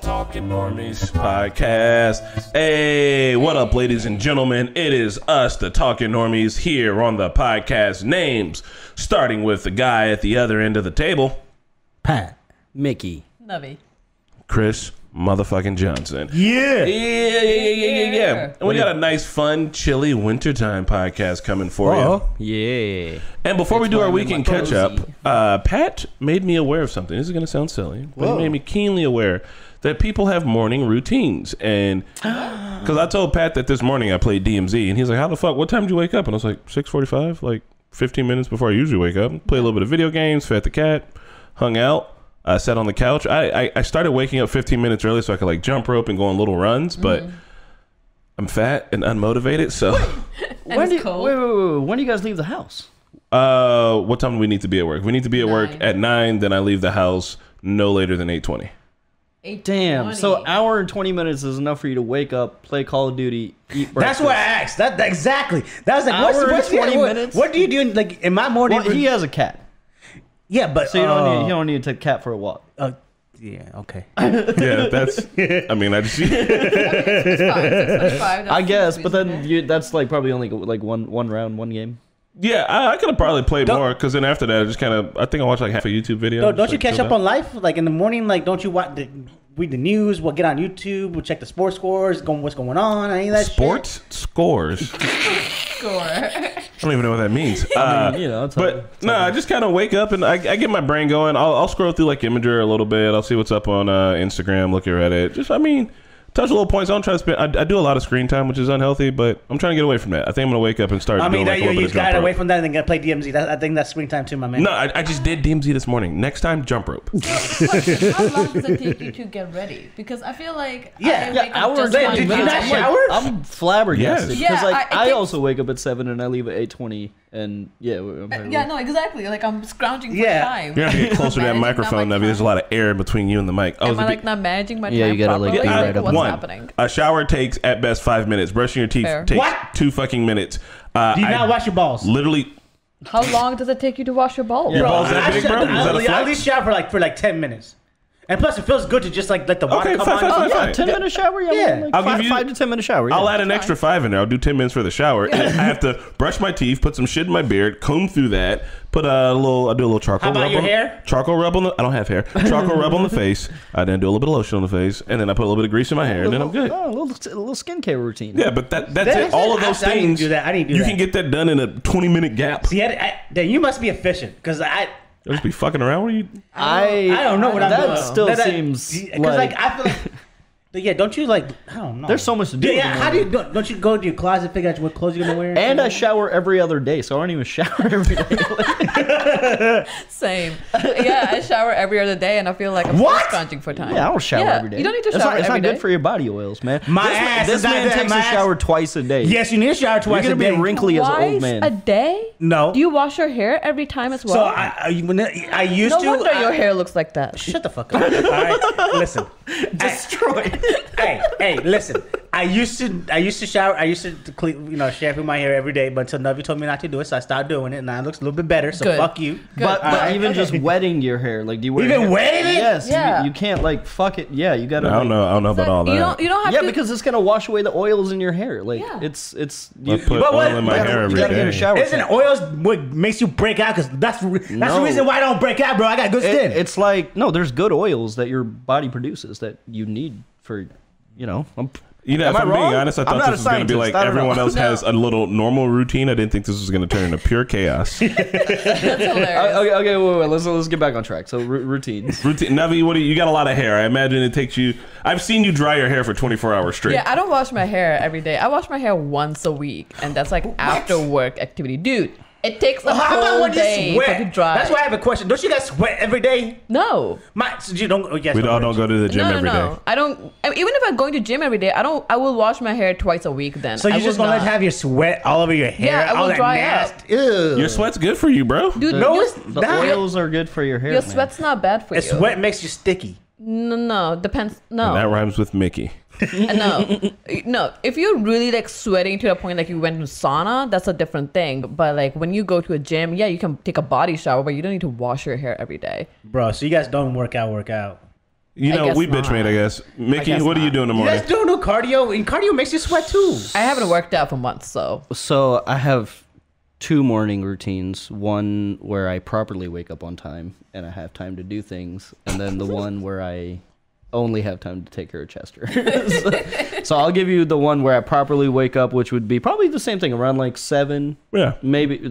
Talking Normies podcast. Hey, what up, ladies and gentlemen? It is us, the Talking Normies, here on the podcast. Names starting with the guy at the other end of the table, Pat, Mickey. Nubby. Chris motherfucking Johnson. Yeah, Yeah. yeah, yeah, yeah, yeah, yeah. Yeah. And we got a nice, fun, chilly wintertime podcast coming for you. Oh, Yeah. And before we do our warm in weekend my catch up, cozy. uh, Pat made me aware of something. This is going to sound silly, but he Whoa. made me keenly aware that people have morning routines. And because I told Pat that this morning I played DMZ, and he's like, "How the fuck? What time did you wake up?" And I was like, "6:45, like 15 minutes before I usually wake up. Play a little bit of video games, fed the cat, hung out." I sat on the couch. I, I, I started waking up 15 minutes early so I could like jump rope and go on little runs, but I'm fat and unmotivated. So, And When do, it's wait, cold. wait, wait, wait. When do you guys leave the house? Uh, what time do we need to be at work? We need to be at work Nine. at nine. Then I leave the house no later than eight twenty. Eight Damn. So twenty. hour and twenty minutes is enough for you to wake up, play Call of Duty, eat breakfast. That's what I asked. That, that- exactly. That was like, Hour what's, and what's the- 20 what, minutes? What do you do? In, like in my morning, Well, he has a cat, yeah, but so you don't uh, need you don't need to take the cat for a walk. Uh, yeah, okay. Yeah, that's. I mean, I just. I guess, but then you, that's like probably only like one one round, one game. Yeah, I, I could have probably played Don't- more because then after that, I just kind of. I think I watched like half a YouTube video. Don't, don't Just, you like, catch chilled up out. on life? Like in the morning, like don't you watch the, read the news? We'll get on YouTube. We'll check the sports scores. Going, what's going on? Any of that shit? sports scores? I score. don't even know what that means. Uh, you know, it's like- but no, I just kind of wake up and I, I get my brain going. I'll, I'll scroll through like Imager a little bit. I'll see what's up on uh, Instagram. Look at Reddit. Just I mean, touch a little points. I don't try to spend. I, I do a lot of screen time, which is unhealthy, but I'm trying to get away from that. I think I'm gonna wake up and start. I mean, doing, like, a you, little you bit of jump got away rope. from that and then got play DMZ. That, I think that's screen time too, my man. No, I, I just did DMZ this morning. Next time, jump rope. How long does it take you to get ready? Because I feel like I Yeah, yeah, wake up just later. one Did you time. not I'm shower? like, I'm flabbergasted Yes. because Yeah, like I- I, it takes- also wake up at seven and I leave at eight twenty, and yeah, I'm probably- Uh, Yeah, no, exactly. Like I'm scrounging for Yeah. time. You're gonna have to get closer to that Managing my microphone, Nubby. There's a lot of air between you and the mic. Oh, Am the I be- like not managing my Yeah, time you gotta, like, be properly? Uh, right up what's one, happening? a shower takes at best five minutes. Brushing your teeth Fair. takes What? two fucking minutes. Uh, Do you I not wash your balls? Literally, How long does it take you to wash your balls? your Bro, balls that I big, should- bro? Is that a I'll- I'll at flex? least shower for like for like ten minutes, and plus it feels good to just like let the water Okay, come fine, on. fine, fine, yeah, fine. ten minute shower. Yeah, Yeah. like I'll five, give you- five to ten minute shower. Yeah. I'll add an extra five in there. I'll do ten minutes for the shower, and then I have to brush my teeth, put some shit in my beard, comb through that, put a little. I do a little charcoal. How about rub your on, hair? Charcoal rub on the. I don't have hair. Charcoal rub on the face. I then do a little bit of lotion on the face, and then I put a little bit of grease in my hair, and then I'm good. Oh, a little, a little skincare routine. Yeah, but that that's, it. That's All of it. I- those I didn't things. do that. I didn't do you that. can get that done in a twenty minute gap. See, I, I, then you must be efficient because I I'll just be fucking around. What are you? I I don't know what I'm that doing. still seems because like, like, I feel like. But yeah, don't you like? I don't know. There's so much to do Yeah, in the yeah, how do you don't, don't you go to your closet figure out what clothes you're gonna wear? and I shower every other day, so I don't even shower every day. Same. Yeah, I shower every other day, and I feel like I'm still What? scrounging for time. yeah, I don't shower Yeah, every day. You don't need to It's shower not, it's every not good day. for your body oils, man. My this ass man, is this not man that- takes my a ass- shower twice a day. yes, you need to shower you're twice gonna a be day. wrinkly as an old Twice a man. day? No. Do you wash your hair every time as well? So I, I, when I I used no to. wonder I- your hair looks like that. Shut the fuck up. All right, listen. Destroyed. Hey, hey, listen. I used to, I used to shower, I used to clean, you know, shampoo my hair every day, but until Nubby told me not to do it, so I stopped doing it, and now it looks a little bit better. So Good. fuck you. Good. But, but Alright. even just wetting your hair, like do you wear Even hair- wetting it? Yes, you- Yeah. you, can't like fuck it. Yeah, you gotta. I don't like- know. I don't know about all that. You don't. You don't have Yeah, to. because it's gonna wash away the oils in your hair. Like Yeah. it's it's. I You, put but what- oil in my you gotta- hair you every gotta get day. a shower. Isn't towel. oils what makes you break out? Because that's the re- that's the No. reason why I don't break out, bro. I got good It- skin. it's like no, there's good oils that your body produces that you need for, you know. I'm, You know, Am if I I'm wrong? being honest, I I'm thought this not was a going to be like scientist. I don't everyone know. else has a little normal routine. I didn't think this was going to turn into pure chaos. that's hilarious. Uh, okay, okay, wait, wait, wait, let's let's get back on track. So r- routines. routine, Navi, what do you, you got? A lot of hair. I imagine it takes you. I've seen you dry your hair for 24 hours straight. Yeah, I don't wash my hair every day. I wash my hair once a week, and that's like after work activity, dude. It takes a Well, how about whole when day you for it to sweat? dry. That's why I have a question. Don't you guys sweat every day? no, My, so you don't. Oh, yes, we all don't go to the gym no, no, every day. no. I don't. I mean, even if I'm going to gym every day, I don't. I will wash my hair twice a week. Then So I you're just will gonna let not. have your sweat all over your hair? Yeah, I all will that dry nasty. up. Ew. Your sweat's good for you, bro. Dude, No, your, it's The not. oils are good for your hair. your man. sweat's not bad for The you. sweat makes you sticky. No, no, depends. No, And that rhymes with Mickey. no, no. If you're really like sweating to the point like you went to sauna, that's a different thing. But like when you go to a gym, yeah, you can take a body shower, but you don't need to wash your hair every day. Bro, so you guys don't work out, work out. You I know, guess we bitch not. made, I guess. Mickey, guess what do you not. do in the You morning? guys don't do cardio, and cardio makes you sweat too. I haven't worked out for months, so So I have two morning routines. One where I properly wake up on time and I have time to do things, and then the one where I only have time to take care of Chester. so, so I'll give you the one where I properly wake up, which would be probably the same thing around like seven. Yeah. Maybe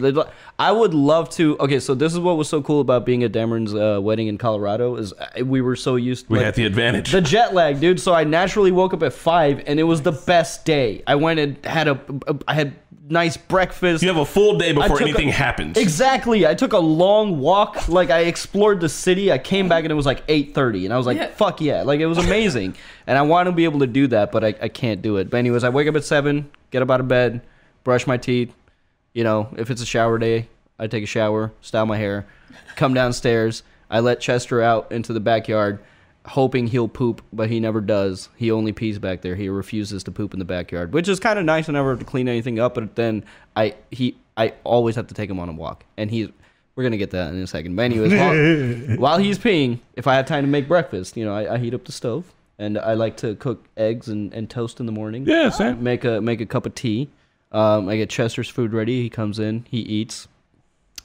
I would love to. Okay, so this is what was so cool about being at Dameron's uh, wedding in Colorado is I- we were so used. We like, had the advantage. the jet lag, dude. So I naturally woke up at five, and it was the best day. I went and had a, a I had nice breakfast. you have a full day I before took a- anything happens. Exactly. I took a long walk. Like I explored the city. I came back and it was like eight thirty, and I was like, Yeah. "Fuck yeah!" Like it was amazing, and I want to be able to do that, but I, I can't do it. But anyways, I wake up at seven, get up out of bed, brush my teeth. You know, if it's a shower day, I take a shower, style my hair, come downstairs. I let Chester out into the backyard, hoping he'll poop, but he never does. He only pees back there. He refuses to poop in the backyard, which is kind of nice. I never have to clean anything up, but then I he I always have to take him on a walk, and he's we're gonna get to that in a second. But anyways, while, while he's peeing, if I have time to make breakfast, you know, I, I heat up the stove, and I like to cook eggs and, and toast in the morning. Yeah, same. Make a make a cup of tea. Um, I get Chester's food ready. He comes in. He eats.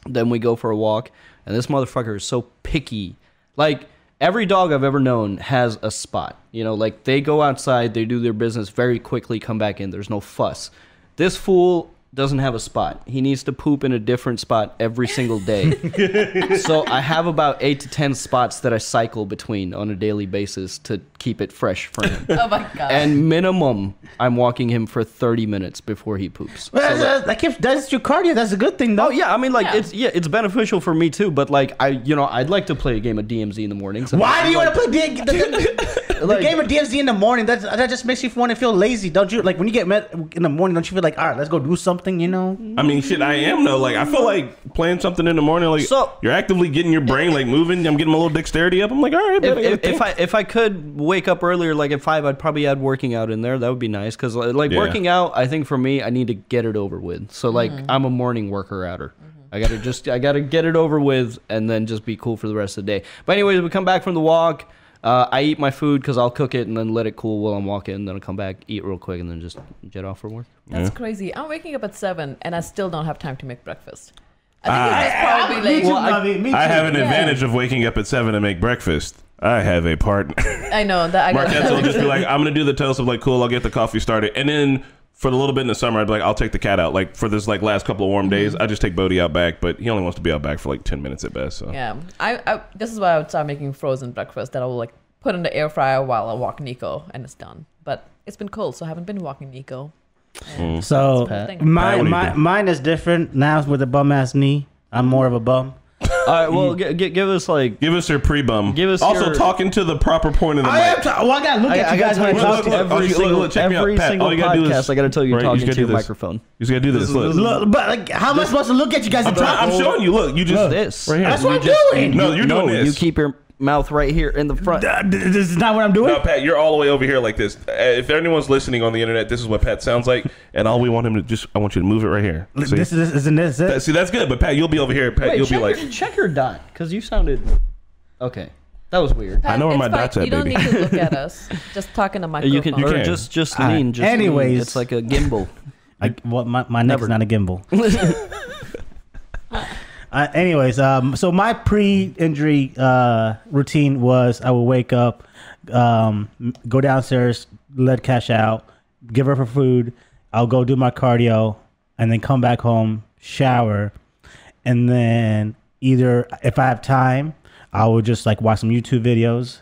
Then we go for a walk. And this motherfucker is so picky. Like every dog I've ever known has a spot. You know, like they go outside, they do their business very quickly, come back in. There's no fuss. This fool doesn't have a spot. He needs to poop in a different spot every single day. so I have about eight to ten spots that I cycle between on a daily basis to keep it fresh for him. oh my god. And minimum, I'm walking him for 30 minutes before he poops. Well, that's, uh, like if that's your cardio, that's a good thing, though. Oh yeah, I mean like Yeah. it's yeah, it's beneficial for me too. But like I, you know, I'd like to play a game of DMZ in the mornings. Why do you want to play D- the, the, Like- game of DMZ in the morning? That that just makes you want to feel lazy, don't you? Like when you get met in the morning, don't you feel like, all right, let's go do something? You know, I mean, shit, I am though. Like, I feel like playing something in the morning. Like, So- you're actively getting your brain like moving. I'm getting a little dexterity up. I'm like, all right, If, but I gotta if, if think. I if I could wake up earlier, like at five, I'd probably add working out in there. That would be nice because like Yeah. working out, I think for me, I need to get it over with. So like I'm a morning worker outer. I gotta just I gotta get it over with and then just be cool for the rest of the day. But anyways, we come back from the walk. Uh, I eat my food because I'll cook it and then let it cool while I'm walking. Then I'll come back, eat real quick, and then just jet off for work. That's crazy. I'm waking up at seven and I still don't have time to make breakfast. I Ah. think it's just probably Well, I- Navi, me I have an Yeah. advantage of waking up at seven to make breakfast. I have a partner. like I know that I got Marquette will just be like, I'm gonna do the toast. I'm like, cool. I'll get the coffee started, and then for the little bit in the summer, I'd be like, I'll take the cat out. Like for this like last couple of warm days, Mm-hmm. I just take Bodie out back, but he only wants to be out back for like ten minutes at best. So Yeah, I, I this is why I would start making frozen breakfast that I will like put in the air fryer while I walk Nico, and it's done. But it's been cold, so I haven't been walking Nico. So That's Pat. Pat, what mine, do you mine, do? mine is different. Now it's with a bum ass knee. I'm more of a bum. All right, well, Mm. g- g- give us like give us your pre bum. Give us also your- talking to the proper point of the I mic. am. T- well, I gotta look I, at I gotta you guys tell when you I look, talk talking to you. look, look, every look, single, look, check me out. every Pat, single all you gotta do is- podcast. I gotta tell you, you're Right, you talking just to your gotta do this. microphone. You just gotta do this. Look, look. Look, but like, how am I supposed to look at you guys and talk? I'm showing you. Look, you just This. right here. That's what I'm doing. No, you're doing this. You keep your mouth right here in the front. Uh, th- This is not what I'm doing. No, Pat, you're all the way over here like this. Uh, If anyone's listening on the internet, this is what Pat sounds like, and all we want him to just, I want you to move it right here. See, This is isn't this That- it? see that's good, but Pat, you'll be over here. Pat, you'll be check, like, your, check your dot, because you sounded. Okay, that was weird. I know where It's my fine. dot's at, You don't baby. need to look at us. Just talking to microphone. You can, You or can. just just All right. lean. Just lean. Anyways. it's like a gimbal. I, well, my my neck Never. is not a gimbal. Uh, anyways, um, so my pre-injury uh, routine was I would wake up, um, m- go downstairs, let Cash out, give her her food. I'll go do my cardio, and then come back home, shower, and then either if I have time, I will just like watch some YouTube videos.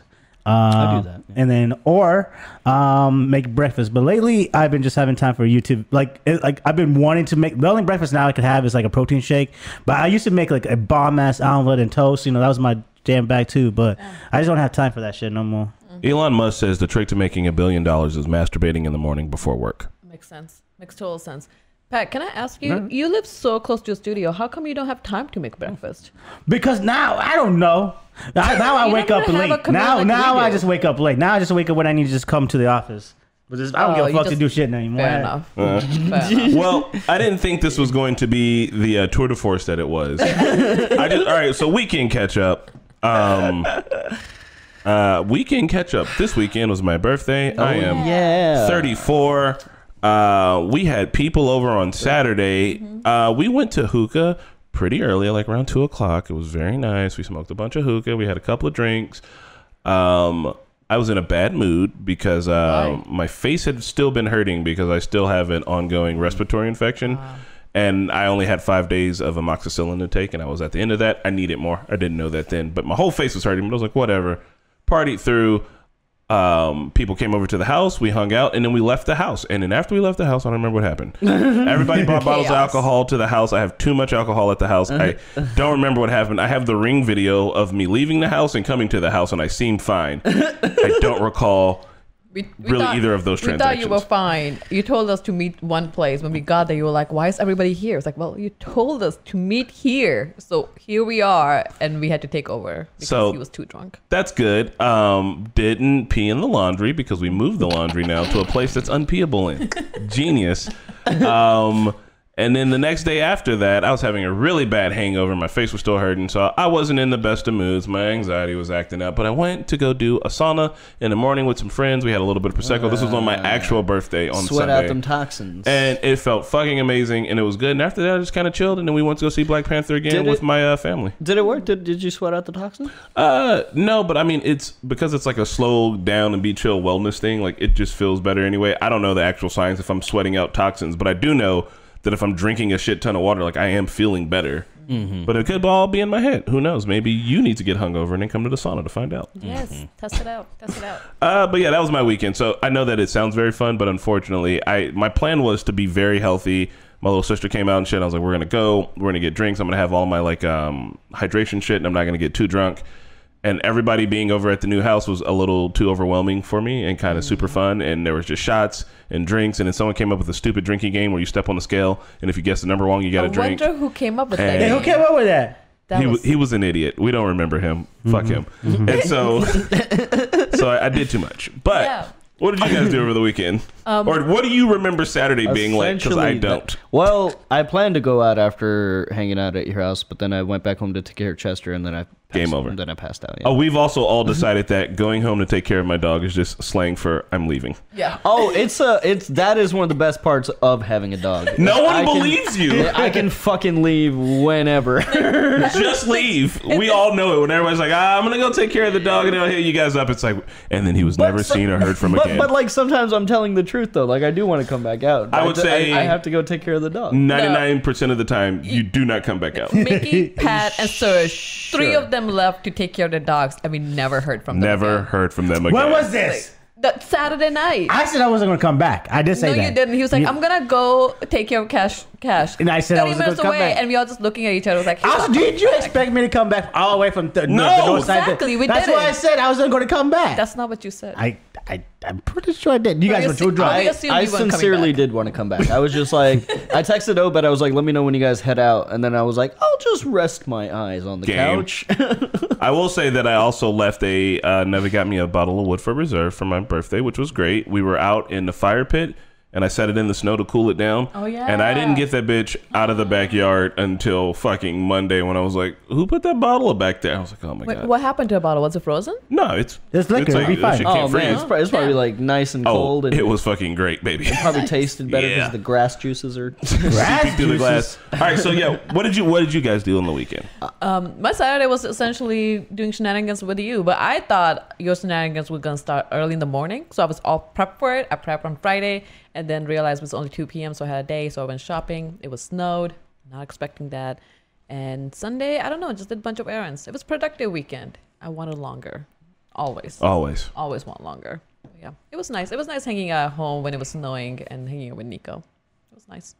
Um, I do that, yeah. and then or um, make breakfast. But lately, I've been just having time for YouTube. Like, it, like I've been wanting to make the only breakfast now I could have is like a protein shake. But I used to make like a bomb ass omelet and toast. You know, that was my jam bag too. But I just don't have time for that shit no more. Elon Musk says the trick to making a billion dollars is masturbating in the morning before work. Makes sense. Makes total sense. Pat, can I ask you? You live so close to your studio. How come you don't have time to make breakfast? Because now I don't know. Now, now I You wake don't up wanna have a late. commute Now, like now we I do. just wake up late. Now I just wake up when I need to just come to the office. But just, I don't Oh, give a you fuck to just- do shit anymore. Fair enough. Fair enough. Well, I didn't think this was going to be the uh, tour de force that it was. I just, all right, so we can catch up. Um, Uh, weekend catch up. This weekend was my birthday. I am Oh, Yeah. 34. Uh, we had people over on Saturday. Uh, we went to hookah pretty early, like around two o'clock. It was very nice. We smoked a bunch of hookah. We had a couple of drinks. Um, I was in a bad mood because um, my face had still been hurting because I still have an ongoing respiratory infection. And I only had five days of amoxicillin to take, and I was at the end of that. I needed more. I didn't know that then, but my whole face was hurting. But I was like, whatever. Partied through um, people came over to the house, we hung out, and then we left the house. And then after we left the house, I don't remember what happened. Everybody brought bottles of Chaos. alcohol to the house. I have too much alcohol at the house. I don't remember what happened. I have the ring video of me leaving the house and coming to the house, and I seemed fine. I don't recall. We, Really either of those We thought you were transactions. fine. You told us to meet one place. When we got there, you were like, "Why is everybody here?" It's like, "Well, you told us to meet here, so here we are." And we had to take over because So- he was too drunk. That's good. Um, didn't pee in the laundry because we moved the laundry now to a place that's unpeeable in. Genius. Um, and then the next day after that, I was having a really bad hangover. My face was still hurting, so I wasn't in the best of moods. My anxiety was acting up. But I went to go do a sauna in the morning with some friends. We had a little bit of prosecco. This was on my actual birthday on Uh, Sweat Sunday. out them toxins. and it felt fucking amazing, and it was good. And after that, I just kind of chilled, and then we went to go see Black Panther again Did with it- my uh, family. did it work? Did, did you sweat out the toxins? Uh, no, but I mean, it's because it's like a slow down and be chill wellness thing. Like it just feels better anyway. I don't know the actual science if I'm sweating out toxins, but I do know that if I'm drinking a shit ton of water, like I am feeling better. But it could all be in my head. Who knows? Maybe you need to get hungover and then come to the sauna to find out. Yes, test it out. Test it out. Uh, but yeah, that was my weekend. So I know that it sounds very fun, but unfortunately, I my plan was to be very healthy. My little sister came out and shit. I was like, we're gonna go, we're gonna get drinks. I'm gonna have all my like um, hydration shit, and I'm not gonna get too drunk. And everybody being over at the new house was a little too overwhelming for me, and kind of super fun. And there was just shots and drinks, and then someone came up with a stupid drinking game where you step on the scale, and if you guess the number wrong, you got I a drink. wonder who came up with And- that. Hey, who came up with that? That he was, was, he was an idiot. We don't remember him. Mm-hmm. Fuck him. And so, so I, I did too much. But Yeah. what did you guys do over the weekend? Um, or what do you remember Saturday being like? Because I Essentially, don't. that- well, I planned to go out after hanging out at your house, but then I went back home to take care of Chester, and then I passed, Game over. Then I passed out. yeah. Oh, we've also all decided that going home to take care of my dog is just slang for I'm leaving. yeah. Oh, it's a it's that is one of the best parts of having a dog. No one I can- believes you. I can fucking leave whenever. just leave. We all know it. When everybody's like, ah, I'm gonna go take care of the dog, and I'll hit you guys up. It's like, and then he was never so- seen or heard from but, again. but like sometimes I'm telling the truth though. Like I do want to come back out. I would d- say- I, have to go take care of the dog. 99% of the time, you do not come back out. Mickey, Pat, and Serge. Three Sure. of them left to take care of their dogs, and we never heard from them. Never again. heard from them again. When was this? That Saturday night. I said I wasn't going to come back. I did say no, that. you didn't. He was like, You- "I'm gonna go take care of cash, cash." And I said I 30 wasn't minutes gonna come away, back. and we all just looking at each other. Was like, I was, did you expect me to come back all the way from the, No! the north side? Exactly, we That's why I didn't. said I wasn't going to come back. That's not what you said. I, I, I'm pretty sure I did. You guys were Obviously- too drunk. We I, assumed I you weren't coming sincerely back. did want to come back. I was just like, I texted O, but I was like, let me know when you guys head out. And then I was like, I'll just rest my eyes on the Game. couch. I will say that I also left a uh, Never got me a bottle of Woodford Reserve for my birthday, which was great. We were out in the fire pit, and I set it in the snow to cool it down. Oh, yeah. And I didn't get that bitch out of the backyard until fucking Monday when I was like, "Who put that bottle back there?" I was like, "Oh my Wait, god." what happened to the bottle? Was it frozen? No, it's It's liquor, like- it'll be that fine. shit can't oh man, freeze. it's, probably, it's probably like nice and cold, Oh, and it was fucking great, baby. probably tasted better because Yeah. the grass juices are. Grass Through the juices. glass. All right, so yeah, what did you what did you guys do on the weekend? Uh, Um, my Saturday was essentially doing shenanigans with you, but I thought your shenanigans were gonna start early in the morning, so I was all prepped for it. I prepped on Friday, and then realized it was only 2 p.m., so I had a day. So I went shopping. It was snowed, not expecting that. And Sunday, I don't know, just did a bunch of errands. It was a productive weekend. I wanted longer, always. Always. always want longer. Yeah, it was nice. It was nice hanging out at home when it was snowing and hanging out with Nico. It was nice.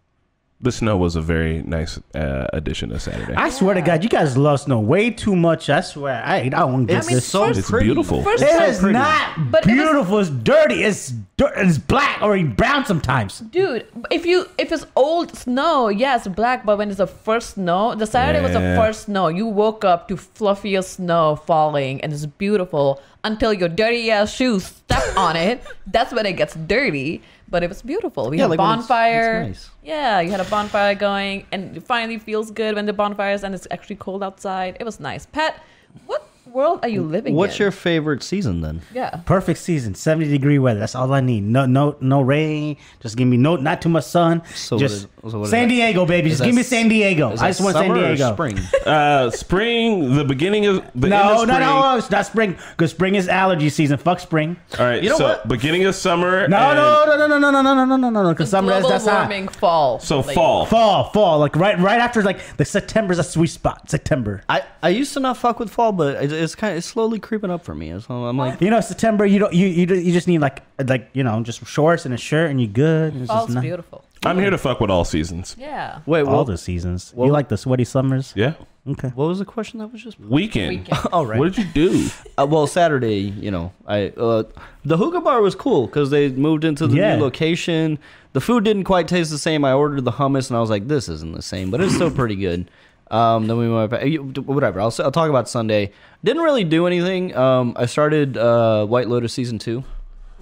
The snow was a very nice uh, addition to Saturday. I swear to God, you guys love snow way too much. I swear. I, I don't get It's this. so first- it's pretty. beautiful. First, It so is pretty. not But it was- beautiful. it's dirty. It's dirt. It's black or brown sometimes. dude, if you if it's old snow, yes, black. But when it's the first snow, the Saturday was the Yeah. first snow. You woke up to fluffiest snow falling, and it's beautiful until your dirty ass shoes step on it. That's when it gets dirty. But it was beautiful. We Yeah, had a like when it's- it's bonfire. nice. Yeah, you had a bonfire going, and it finally feels good when the bonfire is and it's actually cold outside. It was nice. Pat, what world are you living What's in? your favorite season then? yeah? Perfect season, seventy degree weather. That's all I need. No, no, no rain. Just give me no, not too much sun. So just what is- so what is San that? Diego, baby. Just that give me s- San Diego. I just want San Diego. spring. Uh, spring, the beginning of the end of No, spring. no, no, it's not spring. Because spring is allergy season. Fuck spring. All right, You know so what? beginning of summer. No, and- no, no, no, no, no, no, no, no, no, no, no. Because summer that's Global that's hot. warming fall. So Like, fall. Fall, fall, like right, right after like the September's a sweet spot. September. I, I used to not fuck with fall, but it's, it's kind of it's slowly creeping up for me. So I'm like, You know, September. You don't. You you, don't- you just need like like you know just shorts and a shirt and you good. And it's just Fall's not- beautiful. I'm here to fuck with all seasons. Yeah. wait, All what, the seasons. well- you like the sweaty summers? Yeah. Okay. what was the question that was just? Weekend. Weekend. All right. What did you do? Uh, well, Saturday, you know, I uh, the hookah bar was cool because they moved into the Yeah. new location. The food didn't quite taste the same. I ordered the hummus and I was like, this isn't the same, but it's still pretty good. Um, then we went back, you- whatever. I'll, s- I'll talk about Sunday. Didn't really do anything. Um, I started uh, White Lotus season two.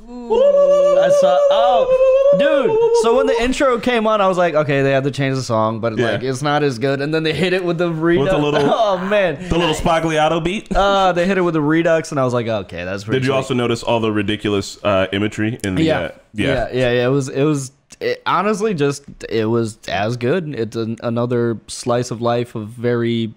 I saw. Oh, dude. So when the intro came on, I was like, okay, they had to change the song, but Yeah. like it's not as good. And then they hit it with the redux. little- oh man. The little Spagliato beat. Uh, they hit it with the redux, and I was like, okay, that's pretty. Did you sweet. also notice all the ridiculous uh, imagery in the? Yeah. Uh, yeah, yeah. yeah, yeah. It was, it was it, honestly just it was as good. It's an, another slice of life of very,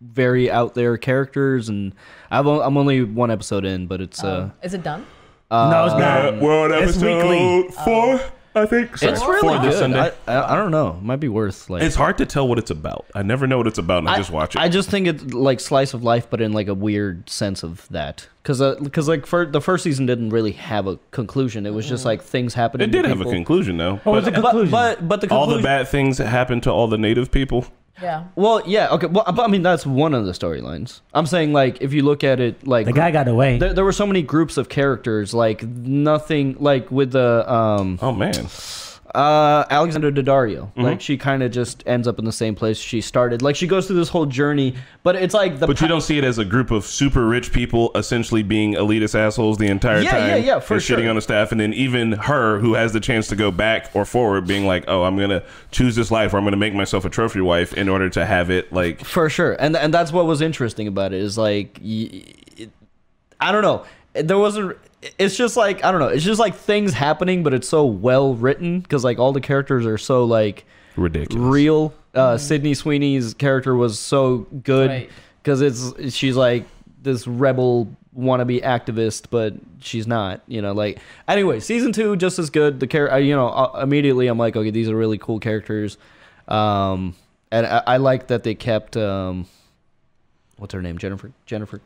very out there characters, and I've o- I'm only one episode in, but it's uh, Is it done? no, it's not. Uh, world Um, It's episode weekly. four, I think. Sorry, it's four really this good. Sunday. I, I, I don't know. It might be worth like it's hard to tell what it's about. I never know what it's about. And I, just watch it. I just think it's like slice of life, but in like a weird sense of that, because because like for the first season didn't really have a conclusion. It was just like things happening. it did to have a people. conclusion though. What was the but conclusion? But but but the all the conclusion- bad things that happened to all the native people. Yeah. Well, yeah, okay. Well, but I mean that's one of the storylines. I'm saying like if you look at it like the guy got away. there, there were so many groups of characters like nothing like with the um Oh man. uh Alexander Daddario. Mm-hmm. Like she kind of just ends up in the same place she started. Like she goes through this whole journey, but it's like the But you pa- don't see it as a group of super rich people essentially being elitist assholes the entire Yeah, time. yeah, yeah, for and sure. shitting on the staff, and then even her who has the chance to go back or forward, being like, "Oh, I'm gonna choose this life, or I'm gonna make myself a trophy wife in order to have it." Like, for sure and and that's what was interesting about it is like y- it, i don't know there wasn't it's just like i don't know it's just like things happening but it's so well written because like all the characters are so like Ridiculous. real uh sydney sweeney's character was so good Right. because it's she's like this rebel wannabe activist but she's not you know like anyway season two just as good the character you know uh, immediately i'm like okay these are really cool characters um and i, I like that they kept um what's her name jennifer jennifer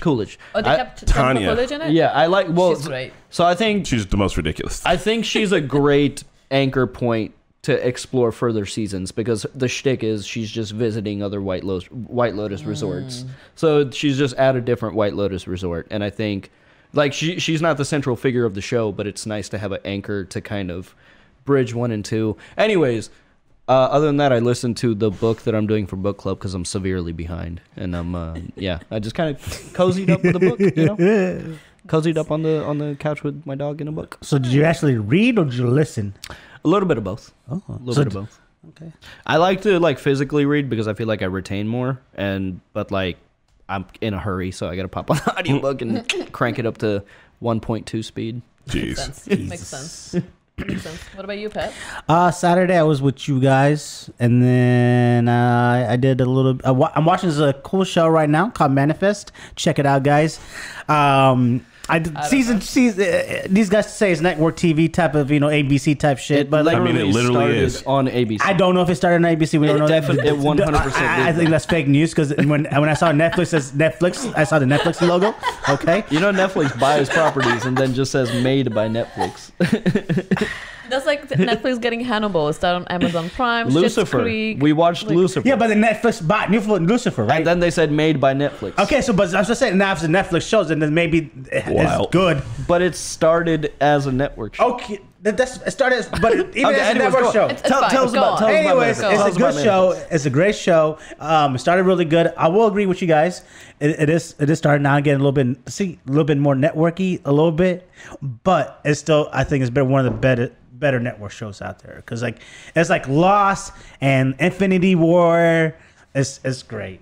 Coolidge. coolidge, Oh, they I- kept Tanya Tanya. Coolidge in it. yeah i like well She's great. so i think she's the most ridiculous. I think she's a great anchor point to explore further seasons because the shtick is she's just visiting other White Lotus, White Lotus resorts. So she's just at a different White Lotus resort, and I think like she she's not the central figure of the show, but it's nice to have an anchor to kind of bridge one and two. Anyways. Uh, other than that, I listened to the book that I'm doing for book club because I'm severely behind, and I'm uh, yeah, I just kind of cozied up with a book, you know, cozied up on the on the couch with my dog in a book. so did you actually read or did you listen? A little bit of both. Oh, A little so bit of both. Okay. I like to like physically read because I feel like I retain more, and but like I'm in a hurry, so I gotta pop on the audiobook and crank it up to 1.2 speed. Makes Jeez. sense. Makes sense. Makes sense. What about you, Pat? Uh, Saturday I was with you guys, and then uh, I did a little. I wa- I'm watching this, a cool show right now called Manifest. Check it out, guys. Um, I did, season season. Uh, these guys say it's network TV type of you know ABC type shit, but like I mean, it literally started is. on ABC. I don't know if it started on ABC. We It don't know. defi- it 100% I- I, I did. think that's fake news because when when I saw Netflix as Netflix, I saw the Netflix logo. Okay. You know, Netflix buys properties and then just says made by Netflix. That's like Netflix getting Hannibal. It's out on Amazon Prime. Schitt's Lucifer. Creek. We watched Like- Lucifer. Yeah, but the Netflix bought New Lucifer, right? and then they said made by Netflix. okay, so but I was just saying now if the Netflix shows, and then maybe Wow. it's good. But it started as a network show. Okay, that- that's it started, as- but it- even Okay, as a anyways, network go on. show. It's- it's fine. Go on. tell us about Anyways, Manifest. it's Tell a us about good show. Manifest. It's a great show. Um, it started really good. I will agree with you guys. It, it is it is starting now getting a little bit see a little bit more networky a little bit, but it's still I think it's been one of the better better network shows out there because like it's like Lost and Infinity War. It's it's great.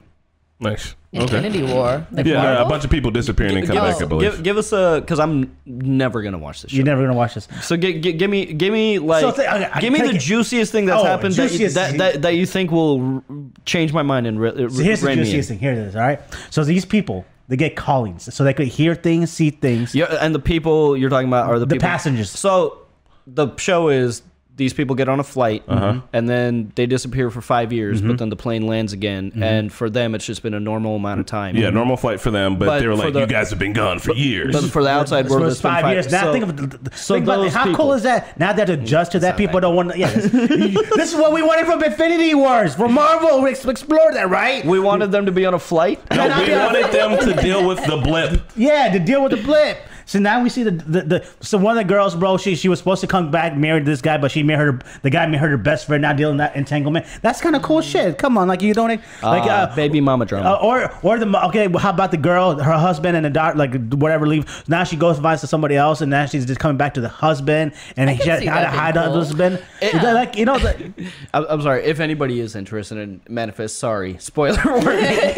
Nice. Infinity War. Like Yeah, Marvel? a bunch of people disappearing and come give, back. us, I believe. give, give us a because I'm never gonna watch this. Shit. You're never gonna watch this. So gi- gi- give me give me like it's like, okay, I give me take the it. juiciest thing that's Oh, happened that you, juiciest- that, that, that you think will r- change my mind and re- re- So here's the rein me in. juiciest thing. Here it is. All right. So these people, they get callings, so they could hear things, see things. Yeah, and the people you're talking about are the, The people- passengers. So the show is these people get on a flight mm-hmm, and then they disappear for five years, but then the plane lands again, and for them it's just been a normal amount of time. yeah, normal flight for them, but, But they were for like, the- "You guys have been gone for years." But for the outside So world, it's it's been five years. Now so- think of th- th- so think about it. those How people- cool is that? Now they have to adjust to that. not People that don't want. to... Yeah, this, this is what we wanted from Infinity Wars, from Marvel. We ex- explored that, right? we wanted them to be on a flight. no, I'll we be wanted them to deal with the blip. Yeah, to deal with the blip. So now we see the, the, the so one of the girls, bro. She she was supposed to come back married to this guy, but she made her the guy made her her best friend. Now dealing that entanglement. That's kind of cool shit. Come on, like you don't like Ah, baby mama drama. uh, or or the mo- okay. Well, how about the girl, her husband and the doctor, like whatever leave. Now she goes and finds to somebody else, and now she's just coming back to the husband, and I she can had see had to that being hide the cool. husband. Yeah. They're Like you know, the, I'm, I'm sorry if anybody is interested in manifest. Sorry, spoiler warning.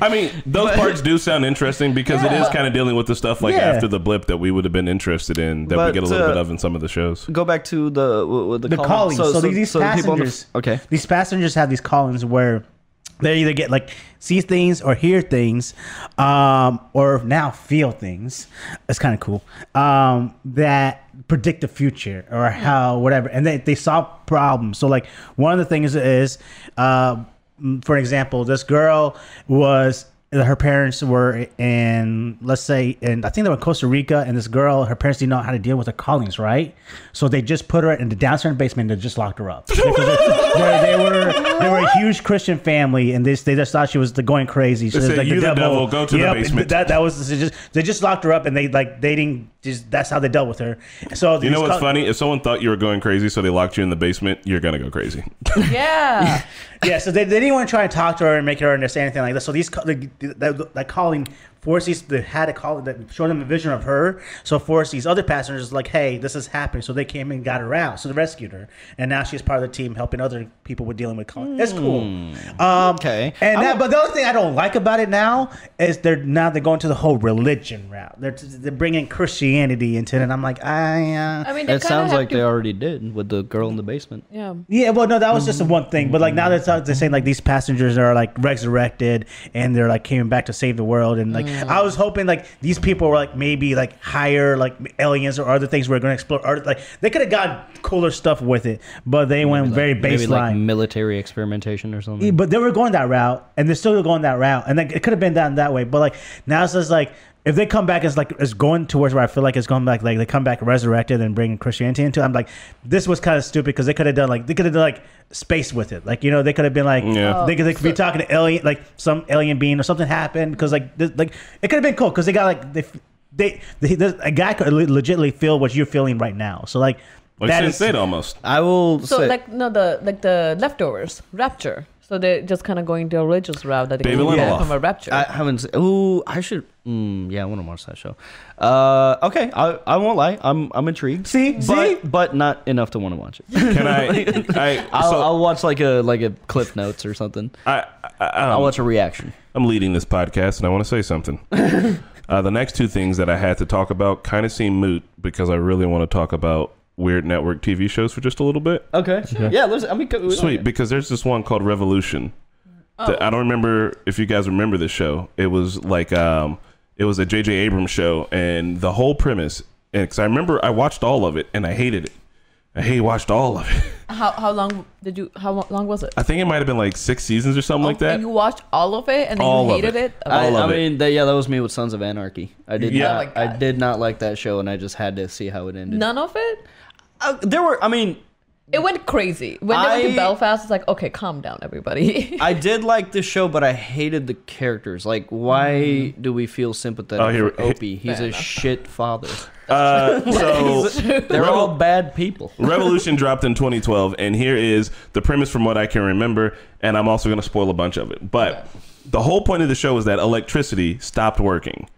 I mean, those parts do sound interesting because it is kind of dealing with the stuff like Yeah. after the blip that we would have been interested in that we But, get a little uh, bit of in some of the shows. Go back to the uh, the, the callings. So, these the people on the- passengers, okay. these passengers have these callings where they either get like see things or hear things, um, or now feel things. It's kind of cool um, that predict the future or how whatever, and they they solve problems. So like one of the things is, uh, mm, for example, this girl was. Her parents were in, let's say, in I think they were in Costa Rica, and this girl, her parents didn't know how to deal with her callings, right? So they just put her in the downstairs basement and just locked her up. Where they were they were a huge Christian family, and this they just thought she was the, going crazy. So They it's said, "You the devil, go to the basement." That that was they just, they just locked her up, and they like they didn't just that's how they dealt with her. So You know what's funny? If someone thought you were going crazy, so they locked you in the basement, you're gonna go crazy. yeah. Yeah, so they, they didn't want to try and talk to her and make her understand anything like that. So these co- the, the, the, the calling forced these they had a call that showed them a vision of her. So forced these other passengers like, hey, this is happening. So they came and got her out. So they rescued her, and now she's part of the team helping other people with dealing with calling. It's cool. Um, Hmm. Okay. And I'm- that, but the only thing I don't like about it now is they're now they're going to the whole religion route. They're they're bringing Christianity into it, and I'm like, I. Uh, I mean, they It kinda sounds have like to- they already did with the girl in the basement. Yeah. Yeah, well, no, that was just the Mm-hmm. one thing. But like now they're, talk- they're saying like these passengers are like resurrected and they're like coming back to save the world. And like I Mm. was hoping like these people were like maybe like higher like aliens or other things we're going to explore. Or, like they could have got cooler stuff with it, but they went very Maybe like baseline. military experimentation or something. but they were going that route and they're still going that route. And like, it could have been done that way. But like now it's just like. If they come back, it's like it's going towards where I feel like it's going back. Like they come back resurrected and bringing Christianity into. It. I'm like, this was kind of stupid because they could have done like they could have done like space with it. Like you know they could have been like Yeah. they could, they could be talking to alien like some alien being or something happened because like this, like it could have been cool because they got like they they, they this, a guy could le- legitimately feel what you're feeling right now. So like, Like that Sin is- State almost. I will So say like no the like the leftovers rapture. So they're just kind of going the religious route that they David came Lindelof. back from a rapture. I haven't. se- Ooh, I should. Mm, yeah, I want to watch that show. Uh, okay, I, I won't lie. I'm I'm intrigued. See? See? but, but not enough to want to watch it. Can I? I, I'll, so, I'll watch like a like a clip notes or something. I, I, I, I'll um, watch a reaction. I'm leading this podcast, and I want to say something. uh, the next two things that I had to talk about kind of seem moot because I really want to talk about weird network TV shows for just a little bit. Okay. Yeah. Listen. I mean, go- Oh. Sweet, because there's this one called Revolution. that- I don't remember if you guys remember this show. It was like um, it was a J.J. Abrams show, and the whole premise. And because I remember I watched all of it and I hated it. I hate watched all of it. how how long did you how lo- long was it? I think it might have been like six seasons or Oh, something like that. And you watched all of it and then All you of hated it. it. I, All of I it. mean, that, yeah, that was me with Sons of Anarchy. I did Yeah. not. Oh my I God. did not like that show, and I just had to see how it ended. None of it. Uh, there were. I mean, It went crazy when they went I- to Belfast. It's like okay, calm down, everybody. I did like the show, but I hated the characters. Like, why do we feel sympathetic Oh, here- for Opie? He's a shit father. Uh, so They're all bad people. Revolution dropped in 2012, and here is the premise from what I can remember, and I'm also going to spoil a bunch of it. But the whole point of the show is that electricity stopped working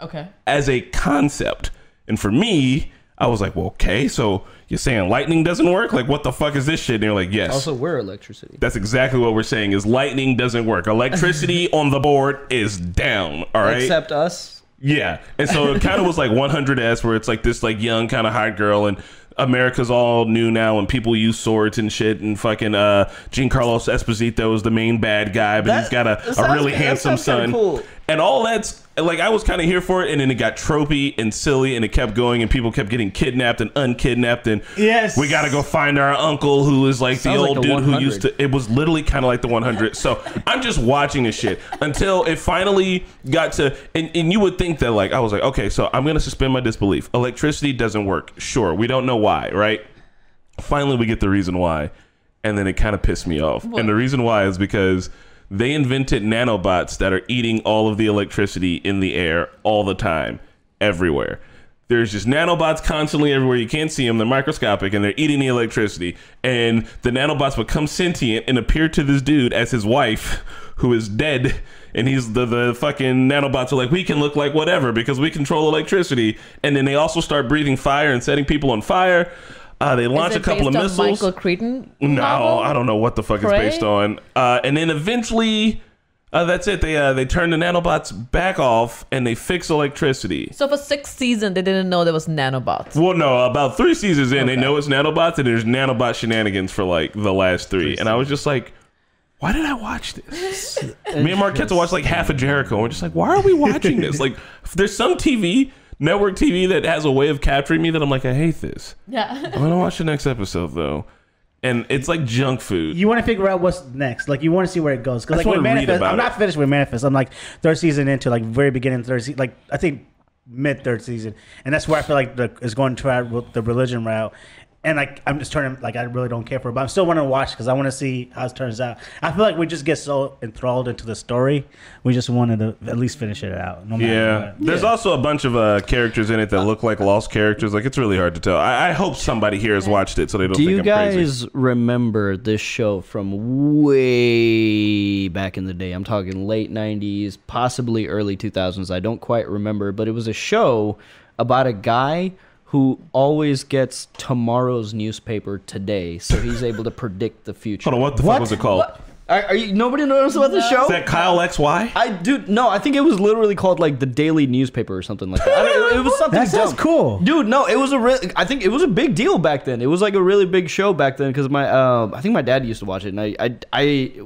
okay. as a concept, and for me, I was like, well, okay, so you're saying lightning doesn't work? Like, what the fuck is this shit? And they're like, yes. Also, we're electricity. That's exactly what we're saying is lightning doesn't work. Electricity on the board is down. All right. Except us. Yeah. And so it kind of was like 100S, where it's like this like young kind of hot girl, and America's all new now, and people use swords and shit, and fucking uh, Gene Carlos Esposito is the main bad guy, but That- he's got that a, a sounds- really that handsome sounds son. kinda cool. And all that's like I was kind of here for it, and then it got tropey and silly, and it kept going, and people kept getting kidnapped and unkidnapped, and Yes. we gotta go find our uncle who is like the Sounds like old the dude who 100. used to. It was literally kind of like the 100. So I'm just watching this shit until it finally got to. And, and you would think that, like, I was like, okay, so I'm going to suspend my disbelief. Electricity doesn't work. Sure. We don't know why, right? Finally, we get the reason why. And then it kind of pissed me off. And the reason why is because they invented nanobots that are eating all of the electricity in the air all the time, everywhere. There's just nanobots constantly everywhere. You can't see them. They're microscopic and they're eating the electricity. And the nanobots become sentient and appear to this dude as his wife, who is dead. And he's the, the fucking nanobots are like, we can look like whatever because we control electricity. And then they also start breathing fire and setting people on fire. Uh, they launch Is a it couple of based on missiles. Michael Crichton. No, novel? I don't know what the fuck Prey? it's based on. Uh, and then eventually, uh, that's it. They uh, they turn the nanobots back off and they fix electricity. So for sixth season, they didn't know there was nanobots. Well, no, about three seasons in, they know it's nanobots, and there's nanobot shenanigans for like the last three. and I was just like, why did I watch this? Me and Marquette watched like half of Jericho. and We're just like, why are we watching this? like, there's some TV network TV that has a way of capturing me that I'm like, I hate this. Yeah. I'm gonna watch the next episode though, and it's like junk food. You want to figure out what's next. Like you want to see where it goes. Because I like just with wanna read manifest, about I'm not it. finished with manifest. I'm like third season into like very beginning third season. Like I think mid third season, and that's where I feel like the, is going to try with the religion route. And like I'm just turning like I really don't care for, it, but I'm still want to watch because I want to see how it turns out. I feel like we just get so enthralled into the story, we just wanted to at least finish it out. No matter Yeah. what. There's also a bunch of uh, characters in it that look like lost characters. Like it's really hard to tell. I, I hope somebody here has watched it so they don't Do think you I'm guys crazy. remember this show from way back in the day? I'm talking late 90s, possibly early 2000s. I don't quite remember, but it was a show about a guy who always gets tomorrow's newspaper today, so he's able to predict the future. Hold on, what the fuck was it called? Is Are, are you? Nobody knows about the show. that Kyle XY? I dude, no, I think it was literally called like the Daily Newspaper or something like that. I don't, it was something That sounds dumb. cool. dude. No, it was a real. I think it was a big deal back then. It was like a really big show back then because my, um, I think my dad used to watch it, and I, I, I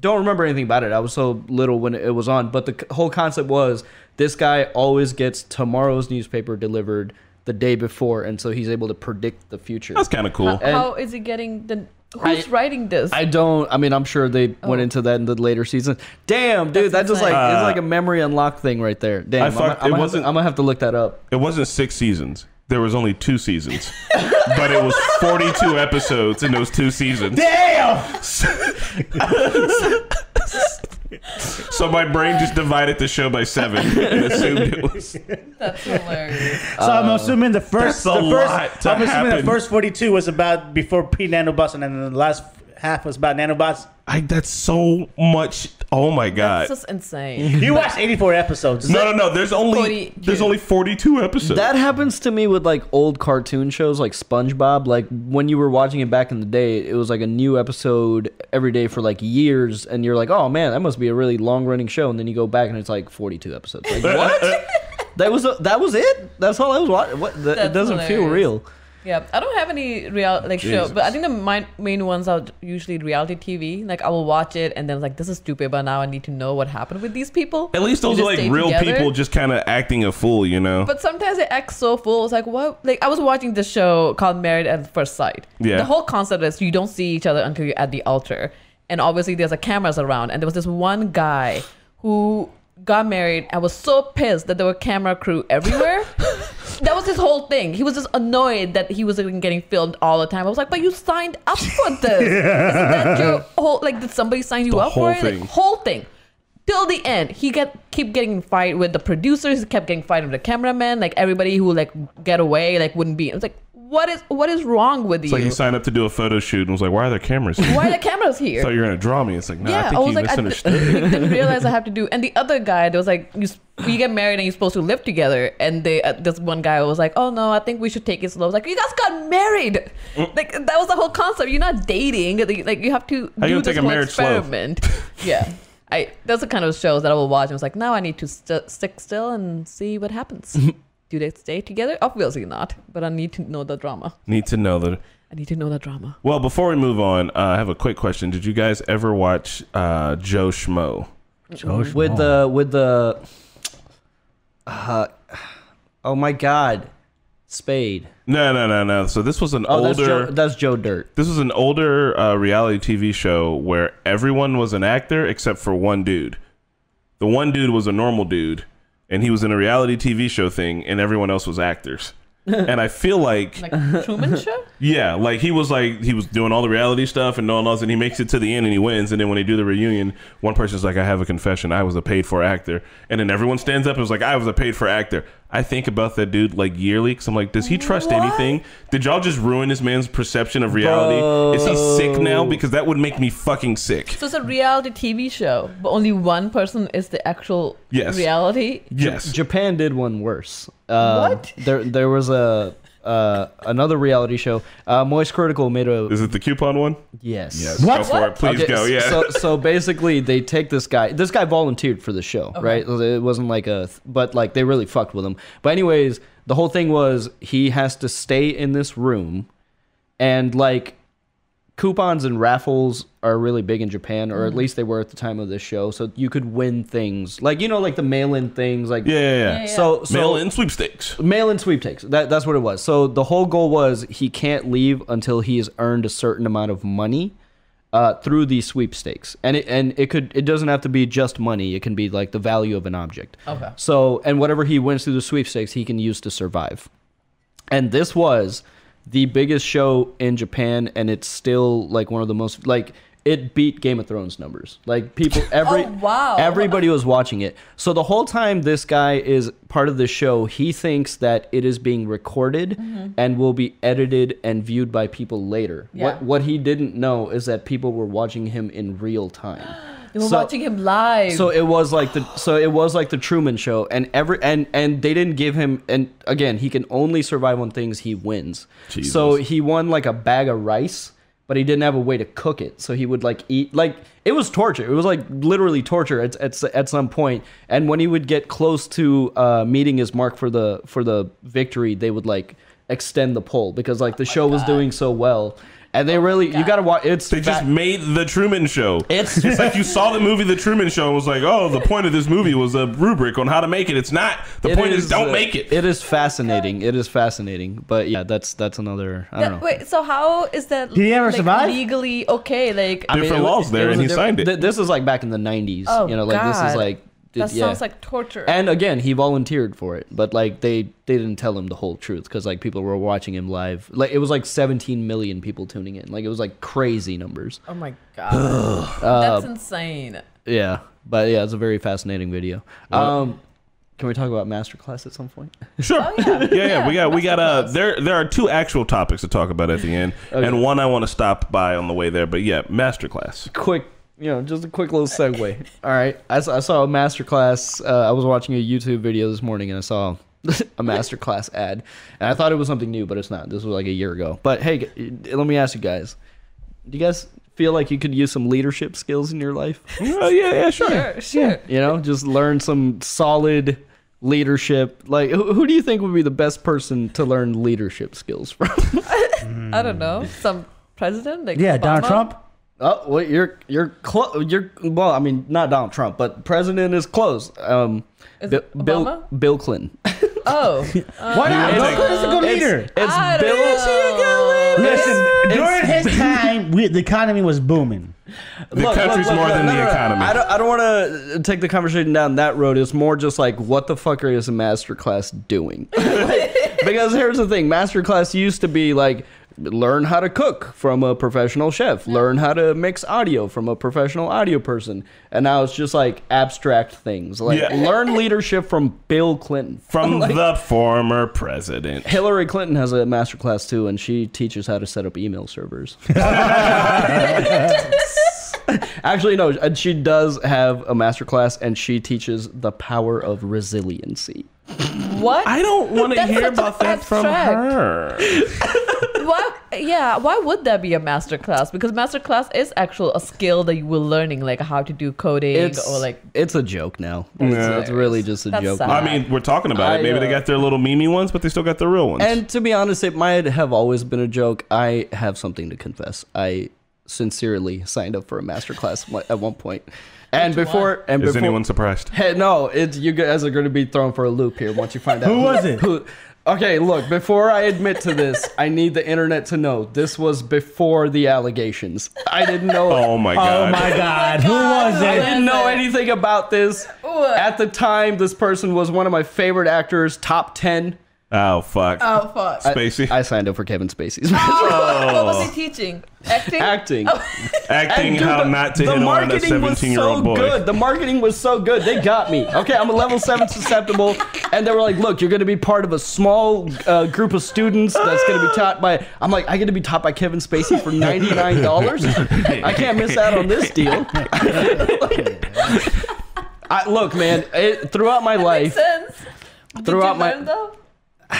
don't remember anything about it. I was so little when it was on, but the c- whole concept was this guy always gets tomorrow's newspaper delivered the day before, and so he's able to predict the future. That's kind of cool. And- How is he getting the? Who's I- writing this? I don't. I mean, I'm sure they went Oh. into that in the later seasons. Damn, dude, That's that's just like insane. it's Uh, like a memory unlock thing right there. Damn, I I'm, fucked- it gonna- I'm gonna have to- wasn't- I'm gonna have to look that up. It wasn't six seasons. There was only two seasons, but it was 42 episodes in those two seasons. Damn. So my brain just divided the show by seven and assumed it was. That's hilarious. So I'm assuming the first, that's a the first lot to I'm assuming happen. the first 42 was about before pre nanobots, and then the last half was about nanobots. I, that's so much. Oh my god. This is insane. You watched 84 episodes. No, no, no. There's only 42. there's only 42 episodes. That happens to me with like old cartoon shows like SpongeBob. Like when you were watching it back in the day, it was like a new episode every day for like years, and you're like, oh man, that must be a really long running show. And then you go back and it's like 42 episodes. Like what? that was that was it. That's all I was watching. What? That, it That's doesn't feel hilarious. real. Yeah, I don't have any real like show, but I think the my main ones are usually reality TV. Like I will watch it and then like this is stupid, but now I need to know what happened with these people. At least They those are just like stay real together. people just kind of acting a fool, you know? But sometimes they act so full. It's like what? Like I was watching this show called Married at First Sight. Yeah. The whole concept is you don't see each other until you're at the altar, and obviously there's a cameras around. And there was this one guy who got married and was so pissed that there were camera crew everywhere. that was his whole thing. He was just annoyed that he was even getting filmed all the time. I was like, but you signed up for this. Isn't that your whole like? Did somebody sign you The up whole for it? Like, thing. whole thing till the end he get keep getting in fight with the producers he kept getting in fight with the cameraman like everybody who like get away like wouldn't be I was like what is what is wrong with It's like you? you signed up to do a photo shoot and was like, why are there cameras here? Why are the cameras here? I thought you were going to draw me. It's like, no, I yeah, I, think you was like, I d- misunderstood. didn't realize I have to do. And the other guy, there was like, you, s- you get married and you're supposed to live together. And they, uh, this one guy was like, oh no, I think we should take it slow. I was like, you guys got married. Mm. Like that was the whole concept. You're not dating. Like, like, you have to How you gonna do this take a whole marriage slow? experiment. yeah, I. Those are kind of shows that I will watch. I was like, now I need to st- stick still and see what happens. do they stay together? Obviously not. But I need to know the drama. Need to know that. I need to know the drama. Well, before we move on, uh, I have a quick question. Did you guys ever watch uh, Joe Schmo? with the with the uh, oh my god spade No, no, no, no. So this was an oh that's older. joe, that's joe dirt This was an older uh, reality TV show where everyone was an actor except for one dude. The one dude was a normal dude, and he was in a reality TV show thing, and everyone else was actors. and I feel like, Like Truman Show. yeah, like he was like he was doing all the reality stuff and all else, and he makes it to the end and he wins. And then when they do the reunion, one person's like, "I have a confession. I was a paid for actor," and then everyone stands up and was like, "I was a paid for actor." I think about that dude like yearly because I'm like, does he trust What? anything? Did y'all just ruin this man's perception of reality? Is he sick now? Because that would make me fucking sick. So it's a reality TV show, but only one person is the actual Yes. reality. Yes. japan did one worse uh, What? there there was a uh, another reality show uh, moist critical made a Is it the coupon one? yes Go for it. Please Okay, go. s- Yeah. So, so basically, they take this guy. This guy volunteered for the show, right? It wasn't like a, th- but like they really fucked with him. But anyways, the whole thing was he has to stay in this room, and like coupons and raffles are really big in Japan, or at least they were at the time of this show. So you could win things, like you know, like the mail-in things, like yeah, yeah, yeah. Yeah, So, so Mail in sweepstakes. mail in sweepstakes. That, that's what it was. So the whole goal was he can't leave until he has earned a certain amount of money uh, through these sweepstakes, and it and it could it doesn't have to be just money. It can be like the value of an object. Okay. So and whatever he wins through the sweepstakes, he can use to survive. And this was the biggest show in Japan, and it's still like one of the most like it beat Game of Thrones numbers. Like people, every Oh, wow. everybody was watching it. So the whole time this guy is part of the show, he thinks that it is being recorded Mm-hmm. and will be edited and viewed by people later. Yeah. What what he didn't know is that people were watching him in real time. They were So- watching him live. so it was like the so it was like the Truman Show, and every and and they didn't give him and again he can only survive on things he wins. Jesus. So he won like a bag of rice, but he didn't have a way to cook it, so he would like eat like it was torture. It was like literally torture at at, at some point. And when he would get close to uh, meeting his mark for the for the victory, they would like extend the poll because like the show was doing so well, and they really you got to watch. It's They just fa- made the Truman Show. It's- it's like you saw the movie The Truman Show and was like, oh, the point of this movie was a rubric on how to make it. It's not. The It point is, don't uh, make it. It is fascinating. It is fascinating. But yeah, that's that's another. I That- don't know. wait, so how is that he ever like, survive? legally okay? Like, I mean, Different wa- laws there, was and a he diff- signed it. th- this is like back in the '90s. Oh, you know, like this is God. like d- that yeah. sounds like torture. And again, he volunteered for it, but like they they didn't tell him the whole truth because like people were watching him live. Like it was like 17 million people tuning in. Like it was like crazy numbers. oh my god, that's Uh, insane. Yeah, but yeah, it's a very fascinating video. Um, can we talk about masterclass at some point? Sure. yeah. yeah. yeah, Yeah, we got we got uh masterclass. there there are two actual topics to talk about at the end, and one I want to stop by on the way there. But yeah, masterclass. quick you know just a quick little segue all right i, s- I saw a master class uh, i was watching a youtube video this morning and i saw a master class ad and i thought it was something new but it's not this was like a year ago but hey g- uh, let me ask you guys do you guys feel like you could use some leadership skills in your life Oh yeah, yeah, sure. Sure, sure. you know just learn some solid leadership like who, who do you think would be the best person to learn leadership skills from I Hmm. don't know. Some president, like Yeah, Donald Obama? Trump. Oh well, you're you're close. You're well. I mean, not Donald Trump, but president is close. Um, Is Bi- it Bill Obama? Bill Clinton. Oh, Why It's- not? Bill Clinton's a good It's- leader. It's I Bill. don't know. Listen, during it's- his time, we, the economy was booming. The country's more than the economy. I don't. I don't want to take the conversation down that road. It's more just like, what the fuck is a masterclass doing? Like, because here's the thing: masterclass used to be like learn how to cook from a professional chef learn how to mix audio from a professional audio person and now it's just like abstract things like Yeah. learn leadership from bill clinton From the former president. hillary clinton has a master class too and she teaches how to set up email servers actually no and she does have a master class and she teaches the power of resiliency What? I don't want to That's hear such about that from abstract. her. why yeah why would there be a master class because master class is actual a skill that you were learning like how to do coding it's or like it's a joke now Yeah. it's, it's really just a That's joke sad. now. I mean, we're talking about it. I, Maybe they uh, got their little mimi ones, but they still got their real ones. And to be honest, it might have always been a joke. I have something to confess. I sincerely signed up for a masterclass mo- at one point, and before and Is before. anyone surprised? Hey, no, it's you guys are going to be thrown for a loop here once you find out. Who was it? Who, okay, look. Before I admit to this, I need the internet to know this was before the allegations. I didn't know. Oh my Oh god. my God. Who God. was I it? didn't know anything about this. What? At the time, this person was one of my favorite actors, top 10. Oh fuck. oh fuck Spacey. I signed up for Kevin Spacey's. Oh, what was he teaching acting Oh. acting. Acting And, dude, how the- not to the hit on a marketing was 17 year so old boy. Good. The marketing was so good. They got me. Okay, I'm a level seven susceptible, and they were like, "Look, you're going to be part of a small uh, group of students that's going to be taught by." I'm like, "I get to be taught by Kevin Spacey for ninety nine dollars. I can't miss out on this deal." I, look, man. It, throughout my Makes life, sense Did Throughout you my- learn, though?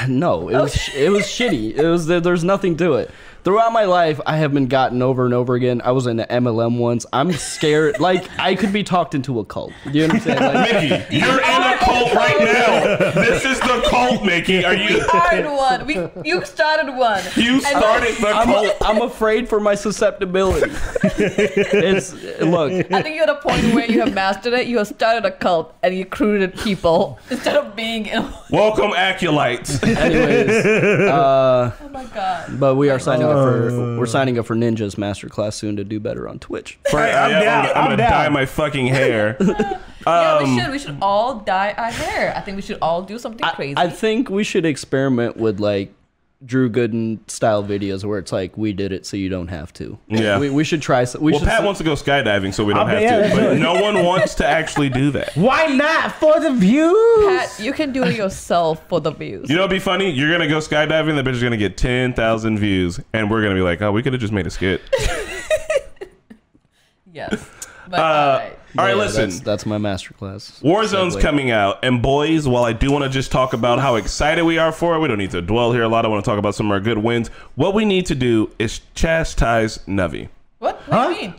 no, it was it was shitty. It was there, there's nothing to it. Throughout my life, I have been gotten over and over again. I was in the MLM once. I'm scared. like I could be talked into a cult. Do you understand? Like, Mickey, you're in a cult right now. This is the cult, Mickey. Are you? started one we you started one You And then- started the I'm, cult. I'm afraid for my susceptibility. it's look. I think you're at a point where you have mastered it. You have started a cult and you recruited people instead of being in. Welcome, Acolytes. Anyways, Oh my god! but we are signing Uh. up for we're signing up for Ninja's masterclass soon to do better on Twitch. Hey, I'm yeah, down, I'm, gonna I'm down. dye my fucking hair. yeah, we should. We should all dye our hair. I think we should all do something I, crazy. I think we should experiment with like Drew Gooden style videos where it's like we did it so you don't have to. Yeah. We, we should try. so- We Well, should. Pat wants to go skydiving, so we don't I'll have be- yeah, to. let's do But it. no one wants to actually do that. Why not? For the views. Pat, you can do it yourself for the views. You know, what'd be funny. You're gonna go skydiving. The bitch is gonna get ten thousand views, and we're gonna be like, "Oh, we could have just made a skit." Yes. But, Uh, alright. All right, Yeah, listen. That's, that's my masterclass. Warzone's Segue. coming out, and boys, while I do want to just talk about how excited we are for it, we don't need to dwell here a lot. I want to talk about some of our good wins. What we need to do is chastise Navi. What? What do you mean?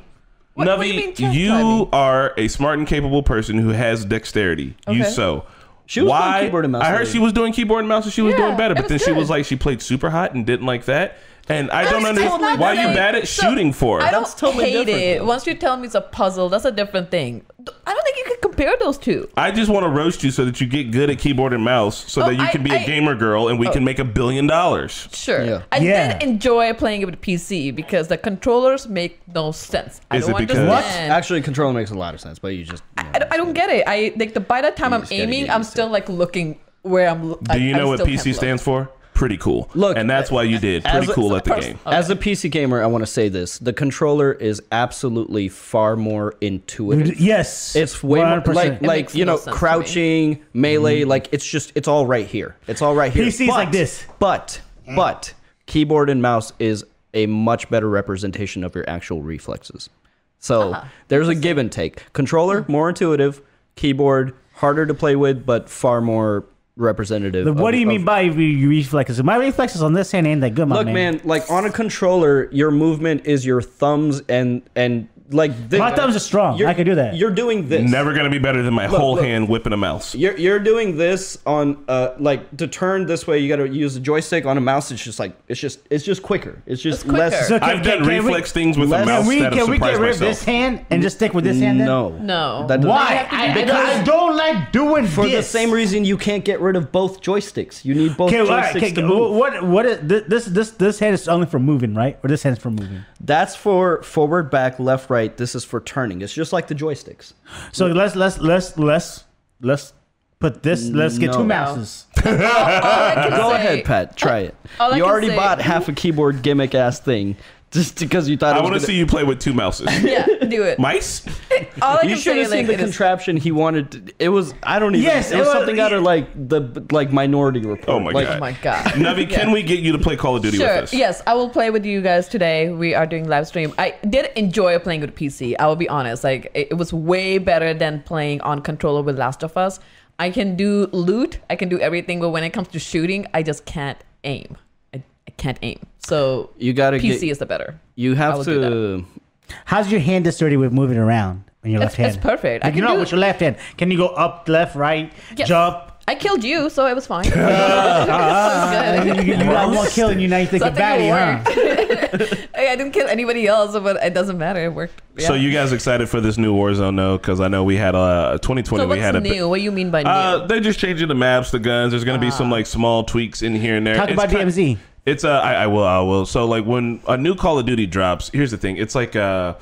What, what do you mean Navi, you, chastising? are a smart and capable person who has dexterity. You Okay. so. She was doing keyboard and mouse I heard already. she was doing keyboard and mouse, and she was Yeah, doing better. it But was then she good. was like, she played super hot and didn't like that. And I don't That's understand totally why you different. bad at So, shooting for. I it. don't That's totally hate different, it. though. Once you tell me it's a puzzle, that's a different thing. I don't think you can compare those two. I just want to roast you so that you get good at keyboard and mouse, so Oh, that you I- can be a I- Oh. gamer girl, and we can make a billion dollars. Sure. Yeah. I Yeah. did enjoy playing it with PC because the controllers make no sense. I Is don't it because- understand. What? Actually, control makes a lot of sense, but you just. you know, I don't, I don't get it. I like the by the time I'm just gotta aiming, get I'm used to still like looking where I'm. lo- Do you I, know I'm what still can't PC look. stands for? Pretty cool. Look, and that's why you did pretty as a- cool at the Pers- game. As a PC gamer, I want to say this: the controller is absolutely far more intuitive. Yes. It's way more 100%. like makes like you no know sense to me. crouching melee. Like it's just it's all right here. It's all right here. PC's Mm-hmm. like this. but but keyboard and mouse is a much better representation of your actual reflexes. So Uh-huh. there's a give and take. Controller Mm. more intuitive, keyboard harder to play with, but far more representative. But what of- do you of mean by re- re- reflexes? My reflexes on this hand ain't that good, my Look, man. man. like on a controller, your movement is your thumbs and and like thi- My thumbs are strong. you're- I can do that. You're doing this. Never gonna be better than my whole look. hand whipping a mouse. You're you're doing this on uh like to turn this way. You got to use the joystick on a mouse. It's just like it's just it's just quicker. It's just It's less. quicker. I've done we- reflex things with a Less- mouse Can we, that have can we get surprised rid of myself. this hand and just stick with this hand? Then? No, No. That doesn't- Why? have to I, I, do don't, I this. don't like doing For the this. same reason, you can't get rid of both joysticks. You need both Okay, all joysticks right, okay, to move. what what is thi- this this this hand is only for moving, right? Or this hand is for moving. That's for forward, back, left, right. This is for turning. It's just like the joysticks. So let's let's let's let's let's Put this. Let's get No. two mouses. I can Go say- ahead, Pat. Try it. all I you can already say- bought half a keyboard gimmick ass thing just because you thought I it was want to gonna- see you play with two mouses. Yeah, do it. Mice? All I You can should say have seen like the it is contraption he wanted. To, it was I don't even. Yes, it it was was- something out of like the like Minority Report. Oh my Like, God. Oh my god. Navi, can we get you to play Call of Duty Sure. with us? Yes, I will play with you guys today. We are doing live stream. I did enjoy playing with PC. I will be honest. Like it, it was way better than playing on controller with Last of Us. I can do loot. I can do everything, but when it comes to shooting, I just can't aim. I, I can't aim. So You gotta PC get- is the better. You I have will do to. How's your hand sturdy with moving around when your It's- left hand? it's perfect. I Like, you can know, do- with your left hand, can you go up, left, right, Yes. jump? I killed you, so it was fine. It was Uh, You, good. you got one kill and you now you think So I of think it baddie, huh? I didn't kill anybody else, but it doesn't matter. It worked. So Yeah. you guys excited for this new Warzone though? Because I know we had a 2020. So we had what's a new? what do you mean by new? Ah. Uh, they're just changing the maps, the guns. There's gonna be some like small tweaks in here and there. Talk It's about ki- DMZ. It's uh, I, I will, I will. So like when a new Call of Duty drops, here's the thing. It's like uh,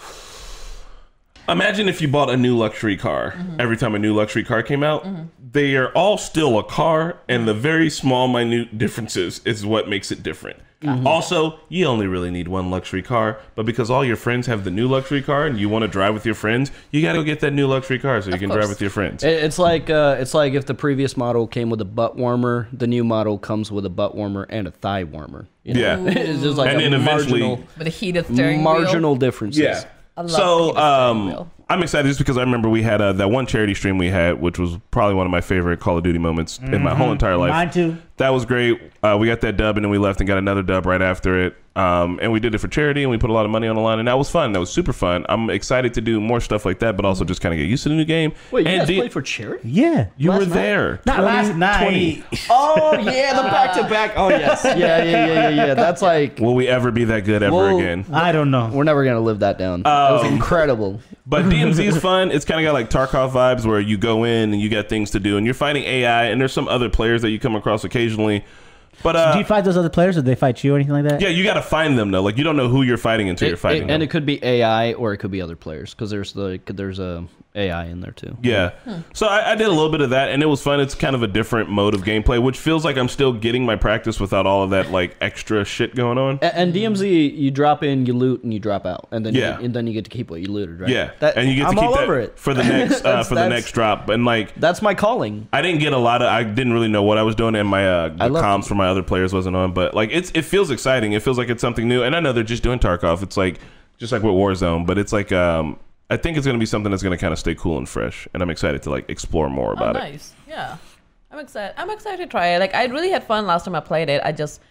imagine if you bought a new luxury car. Mm-hmm. Every time a new luxury car came out, they are all still a car, and the very small, minute differences is what makes it different. Also, you only really need one luxury car, but because all your friends have the new luxury car and you want to drive with your friends, you got to get that new luxury car so you can drive course. with your friends. It, it's like uh, it's like if the previous model came with a butt warmer, the new model comes with a butt warmer and a thigh warmer. you know? Yeah. it's just like And a then eventually- marginal, with a heated steering marginal wheel. differences. I love So the Hades steering um, wheel. I'm excited just because I remember we had uh, that one charity stream we had, which was probably one of my favorite Call of Duty moments in Mm-hmm. my whole entire life. Mine too. That was great. Uh, we got that dub and then we left and got another dub right after it. Um, and we did it for charity and we put a lot of money on the line and that was fun. That was super fun. I'm excited to do more stuff like that, but also just kind of get used to the new game. Mm-hmm. Wait, you and guys D- played for charity? Yeah. you were night? there. Not last 20 night. 20. Oh yeah, the back to back. Oh yes, yeah, yeah, yeah, yeah, yeah. That's like Will we ever be that good ever Well- again? I don't know. we're never gonna live that down. that Um, was incredible. But DMZ is fun. It's kind of got like Tarkov vibes where you go in and you got things to do and you're fighting AI and there's some other players that you come across occasionally. But uh, Do you fight those other players or they fight you or anything like that? yeah, you got to find them though. Like you don't know who you're fighting until It- you're it- fighting and them. it could be AI or it could be other players because there's the there's a AI in there too. yeah. Hmm. So I, I did a little bit of that and it was fun. It's kind of a different mode of gameplay, which feels like I'm still getting my practice without all of that like extra shit going on. A- And DMZ, you drop in, you loot, and you drop out, and then Yeah. you, and then you get to keep what you looted, right? Yeah, That- and you get to I'm keep all that over it. for the next uh, That's- for the that's- next drop. And like That's my calling. I didn't get a lot of. I didn't really know what I was doing, and my uh, I the love- comms for my other players wasn't on. But like, it's it feels exciting. It feels like it's something new. And I know they're just doing Tarkov. It's like just like with Warzone, but it's like um, I think it's gonna be something that's gonna kind of stay cool and fresh. And I'm excited to like explore more Oh, about it. nice. Yeah. I'm excited. I'm excited to try it. Like I really had fun last time I played it. I just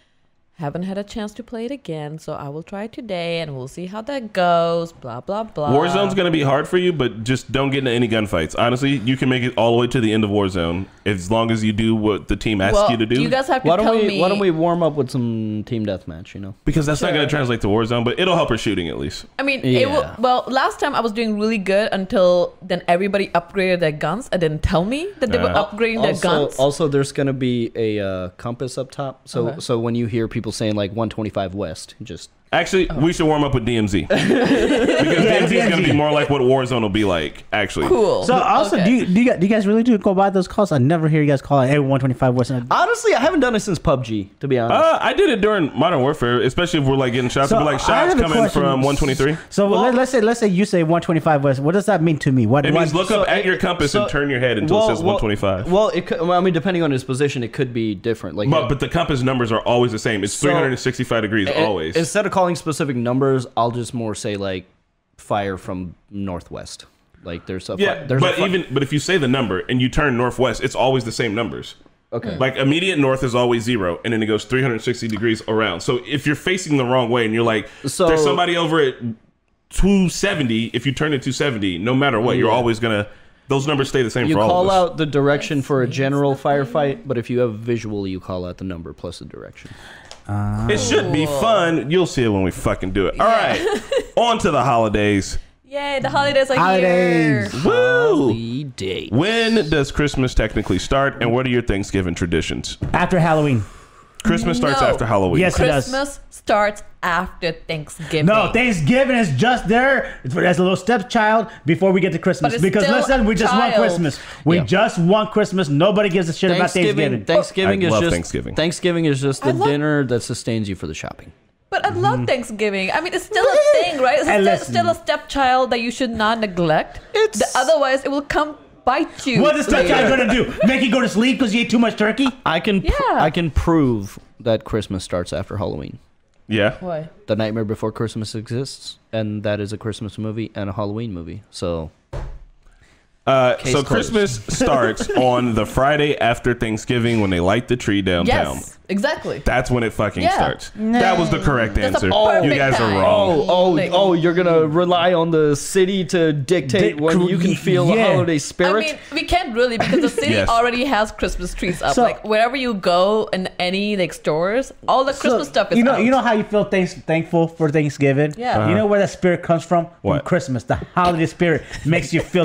haven't had a chance to play it again, so I will try it today and we'll see how that goes. Blah blah blah. Warzone's gonna be hard for you, but just don't get into any gunfights. Honestly, you can make it all the way to the end of Warzone as long as you do what the team asks well, you to do. You guys have to Why don't tell we me. Why don't we warm up with some team deathmatch? You know, because that's not Sure. gonna translate to Warzone, but it'll help her shooting at least. I mean, it Yeah. will, well, last time I was doing really good until then everybody upgraded their guns and didn't tell me that they were Yeah. upgrading their also, guns. also there's gonna be a uh, compass up top, so Okay. so when you hear people saying like 125 west, just Actually, Oh. we should warm up with DMZ because DMZ is going to be more like what Warzone will be like. Actually, cool. So also, Okay. do you, do you guys- do you guys really do go by those calls? I never hear you guys call it every one twenty five Western. honestly, I haven't done it since PUBG, to be honest. Uh, I did it during Modern Warfare, especially if we're like getting shots. So, like I have shots a coming question. from 123. So let, us say let's say you say one twenty five West. What does that mean to me? What It what- means look up So at it- your compass so- and turn your head until it says 125. Well, it could, well, I mean, depending on his position, it could be different. Like, but but the compass numbers are always the same. It's So- 365 degrees it- always. Instead of calling specific numbers, I'll just more say like fire from northwest. Like there's a fi- yeah, there's a but fi- even but if you say the number and you turn northwest, it's always the same numbers. okay. Like immediate north is always zero, and then it goes 360 degrees around. So if you're facing the wrong way and you're like, So- there's somebody over at 270, if you turn to 270, no matter what, you're always gonna those numbers stay the same You for all call of us. out the direction for a general firefight, but if you have visual, you call out the number plus the direction. It should be Oh. fun. You'll see it when we fucking do it. All right, on to the holidays. Yay, the holidays are Holidays. here. Woo! day. When does Christmas technically start, and what are your Thanksgiving traditions? after Halloween? Christmas starts No. after Halloween. Yes, it does. Christmas starts after Thanksgiving. No, Thanksgiving is just there as a little stepchild before we get to Christmas. But it's because still listen, we just want child. Christmas. We Yeah. just want Christmas. Nobody gives a shit about Thanksgiving. Thanksgiving, Thanksgiving I is love just Thanksgiving. Thanksgiving is just the I love- dinner that sustains you for the shopping. But I love Thanksgiving. I mean, it's still a thing, right? It's Mm-hmm. And still, listen. still a stepchild that you should not neglect. It's- The- otherwise, it will come bite you. What is stepchild later. gonna do? Make you go to sleep because you ate too much turkey? I can pr- Yeah. I can prove that Christmas starts after Halloween. Yeah. Why? The Nightmare Before Christmas exists, and that is a Christmas movie and a Halloween movie. So Uh, Case so closed. Christmas starts on the Friday after Thanksgiving when they light the tree downtown. Yes, exactly. That's when it fucking Yeah. starts. That was the correct That's a answer. perfect you guys time. are wrong. Oh, oh, Like- oh! You're gonna rely on the city to dictate Dic- when you can yeah. feel the holiday spirit. I mean, we can't really because the city Yes. already has Christmas trees up. So- like wherever you go in any like stores, all the Christmas So, stuff is you know, out. you know how you feel thanks, thankful for Thanksgiving. Yeah. Uh-huh. You know where that spirit comes from? From What? Christmas. The holiday spirit makes you feel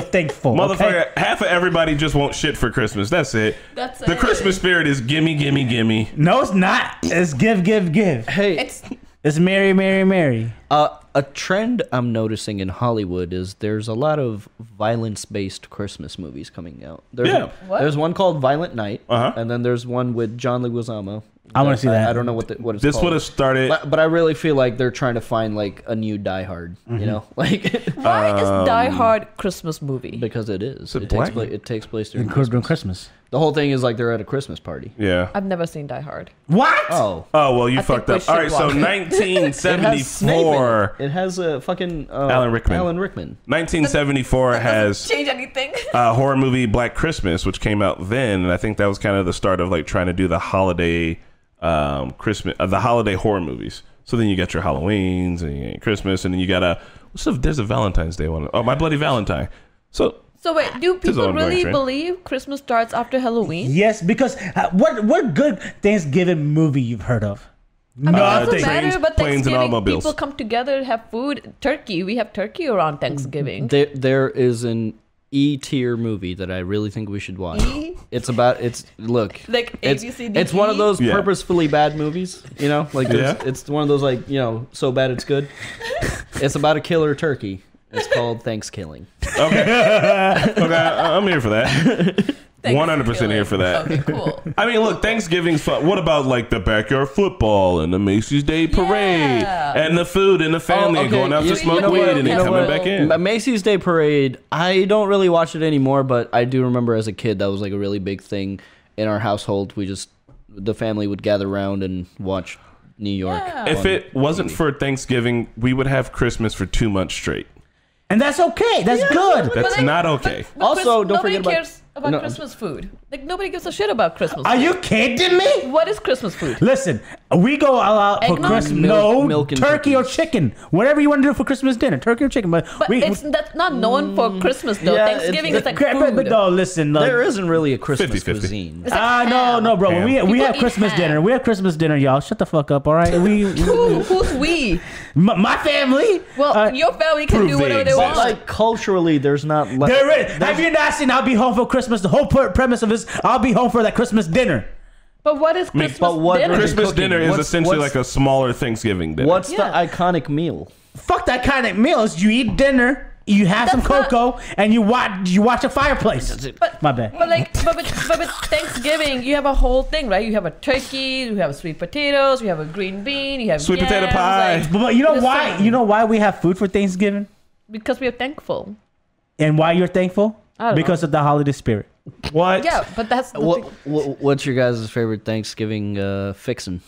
Motherfucker, thankful. okay? half of everybody just want shit for Christmas. That's it. That's the it. Christmas spirit is gimme, gimme, gimme. No, it's not. It's give, give, give. hey, it's It's Mary, Mary, Mary. Uh, a trend I'm noticing in Hollywood is there's a lot of violence-based Christmas movies coming out. There's, Yeah. What? there's one called Violent Night, Uh-huh. and then there's one with John Leguizamo. I wanna see that. I, don't know what the, what it's This would called. have started. But, but I really feel like they're trying to find like a new Die Hard, you know, like why Um, is Die Hard Christmas movie? because it is. it It takes, black? pla- it takes place during During Christmas. Christmas. The whole thing is like they're at a Christmas party. Yeah. I've never seen Die Hard. What? Oh, Oh, well, you I think fucked we up. All right, should so walk. it has Snape in it. 1974. It has a fucking uh, Alan Rickman. Alan Rickman. 1974 has Change anything? a horror movie Black Christmas, which came out then, and I think that was kind of the start of like trying to do the holiday um, Christmas, uh, the holiday horror movies. So then you got your Halloweens and you got Christmas, and then you got a what's the, there's a Valentine's Day one. Oh, my bloody Valentine. So So wait, is do an people ongoing really trend. believe Christmas starts after Halloween? Yes, because uh, what what good Thanksgiving movie you've heard of? I mean, Uh, it doesn't planes- matter, but planes and Thanksgiving automobiles. people come together, have food. Turkey, we have turkey around Thanksgiving. Mm-hmm. There, there is an E tier movie that I really think we should watch. E? It's about it's look Like it's, ABCDE? it's one of those Yeah. purposefully bad movies, you know. Like there's- Yeah. it's one of those like you know so bad it's good. it's about a killer turkey. It's called Thanksgiving. okay, I, I'm here for that. One hundred percent Thanksgiving. here for that. Okay, cool. I mean, look, Thanksgiving's fun. What about like the backyard football and the Macy's Day Parade Yeah. and the food and the family and Oh, okay, going out you- to you smoke know weed what, and you then know coming what, back in? Ma- Macy's Day Parade. I don't really watch it anymore, but I do remember as a kid that was like a really big thing in our household. We just the family would gather around and watch New York. Yeah. If on- it wasn't for Thanksgiving, we would have Christmas for two months straight. And that's okay. That's good. That's like- not okay. But Also, Chris- don't nobody forget about- cares about No. Christmas food. Like nobody gives a shit about Christmas. Are food. you kidding me? What is Christmas food? Listen, we go all out for Eggnog? Christmas. Milk- no, milk and turkey or cookies. chicken, whatever you want to do for Christmas dinner, turkey or chicken. But, But we, it's that's not known for Christmas though. Mm. Yeah, it's- Thanksgiving the- is like Crap, food. but, but no, listen, no. There isn't really a Christmas 50-50. cuisine. It's like Ah no ham. no bro Ham. we we People have eat Christmas ham. dinner we have Christmas dinner y'all shut the fuck up all right we Who, who's we? my, my family Well, uh, your family can prove do they whatever they exist. want. Like culturally, there's not. Like, There is. Have you not seen I'll Be Home for Christmas? The whole per- premise of this, I'll be home for that Christmas dinner. but what is Christmas but what- dinner? Christmas- Christmas cooking. dinner is What's- essentially what's- like a smaller Thanksgiving dinner. What's Yeah. the iconic meal? Fuck that kind of meals. You eat dinner, you have some That's not- cocoa, and you watch you watch a fireplace. But, My bad. But like, but with, but with Thanksgiving, you have a whole thing, right? You have a turkey, you have sweet potatoes, you have a green bean, you have Sweet potato yams, pie. like- But, but you know Just why? saying. You know why we have food for Thanksgiving because we are thankful. and why you're thankful I don't because of the holiday spirit. What? Yeah, but that's the What, thing. what What's your guys' favorite Thanksgiving uh, fixin'?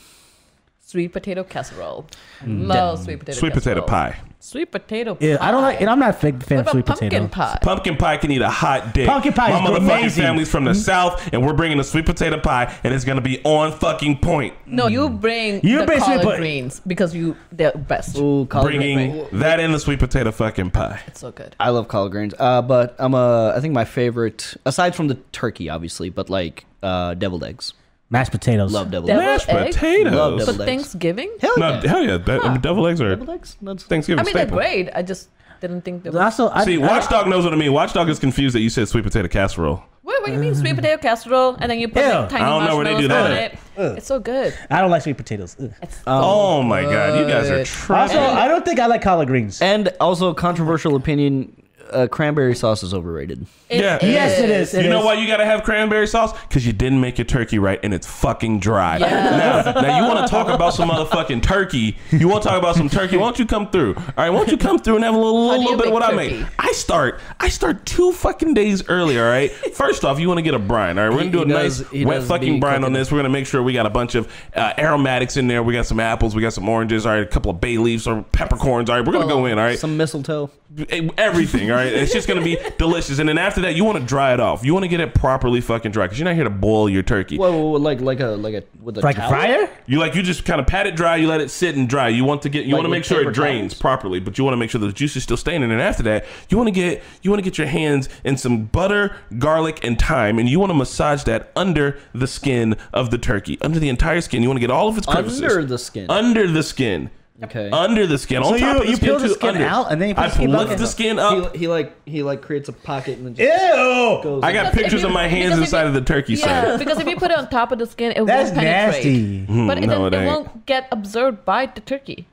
sweet potato casserole. Hmm. Love sweet potato. Sweet potato casserole. pie. Sweet potato. Pie. Yeah, I don't like, and I'm not a big fan What of about sweet pumpkin pie? potato. Pumpkin pie can eat a hot dick. Pumpkin pie My is motherfucking amazing. family's from the south, and we're bringing a sweet potato pie, and it's gonna be on fucking point. No, you bring You the bring sweet collard pot- greens because you they're best. Ooh, collard Bringing greens. that in the sweet potato fucking pie. It's so good. I love collard greens. Uh, but I'm a. I think my favorite, aside from the turkey, obviously, but like uh, deviled eggs. Mashed potatoes. Love deviled Devil- eggs. Mashed eggs? potatoes. Love But deviled eggs. Thanksgiving? Hell No, yeah. hell yeah. That, I mean, devil eggs are Deviled eggs. That's Thanksgiving I mean, they're staple. great. I just didn't think they were. Also, I, See, I- Watchdog knows what I mean. Watchdog is confused that you said sweet potato casserole. Wait, what you mean, sweet potato casserole, and then you put Ew. like tiny I don't know where they do marshmallows on that it. It's so good. I don't like sweet potatoes. Ugh. It's oh my god, you guys are Good. trash. Also, I don't think I like collard greens. Eh, And also, controversial opinion: uh, cranberry sauce is overrated. it Yeah. Yes, it is. It you know is. why you gotta have cranberry sauce? Because you didn't make your turkey right, and it's fucking dry. Yes. Now, now you want to talk about some motherfucking turkey? You want to talk about some turkey? Why don't you come through? All right, why don't you come through and have a little, How little, do you little bit of make what I turkey? make? I start, I start two fucking days early. All right. First off, you want to get a brine. All right, we're gonna He- do a he does- nice he wet does fucking be brine on cooking this. We're gonna make sure we got a bunch of uh, aromatics in there. We got some apples. We got some oranges. All right, a couple of bay leaves or peppercorns. All right, we're gonna go in. All right, Some mistletoe. Eh, everything. All right, it's just gonna be delicious. And then after that, you want to dry it off. You want to get it properly fucking dry because you're not here to boil your turkey. Whoa, whoa, whoa, like like a like a with a like a towel? fryer? You like you just kind of pat it dry. You let it sit and dry. You want to get you Like want to with make sure it paper drains towels? properly, but you want to make sure the juice is still staining. And after that, you want to get you want to get your hands in some butter, garlic, and thyme, and you want to massage that under the skin of the turkey, under the entire skin. You want to get all of its crevices under the skin. under the skin. Okay. Under the skin. So on top you- of the you skin, peel the too, skin under. out and then you put I the skin back lift in. the skin up. he, he like he like creates a pocket and then just Ew! I got Because if pictures you- of my hands because if inside you- of the turkey Yeah, side. because if you put it on top of the skin, it That's won't penetrate. nasty. But it, Hmm, no, it doesn't- it ain't. won't get absorbed by the turkey.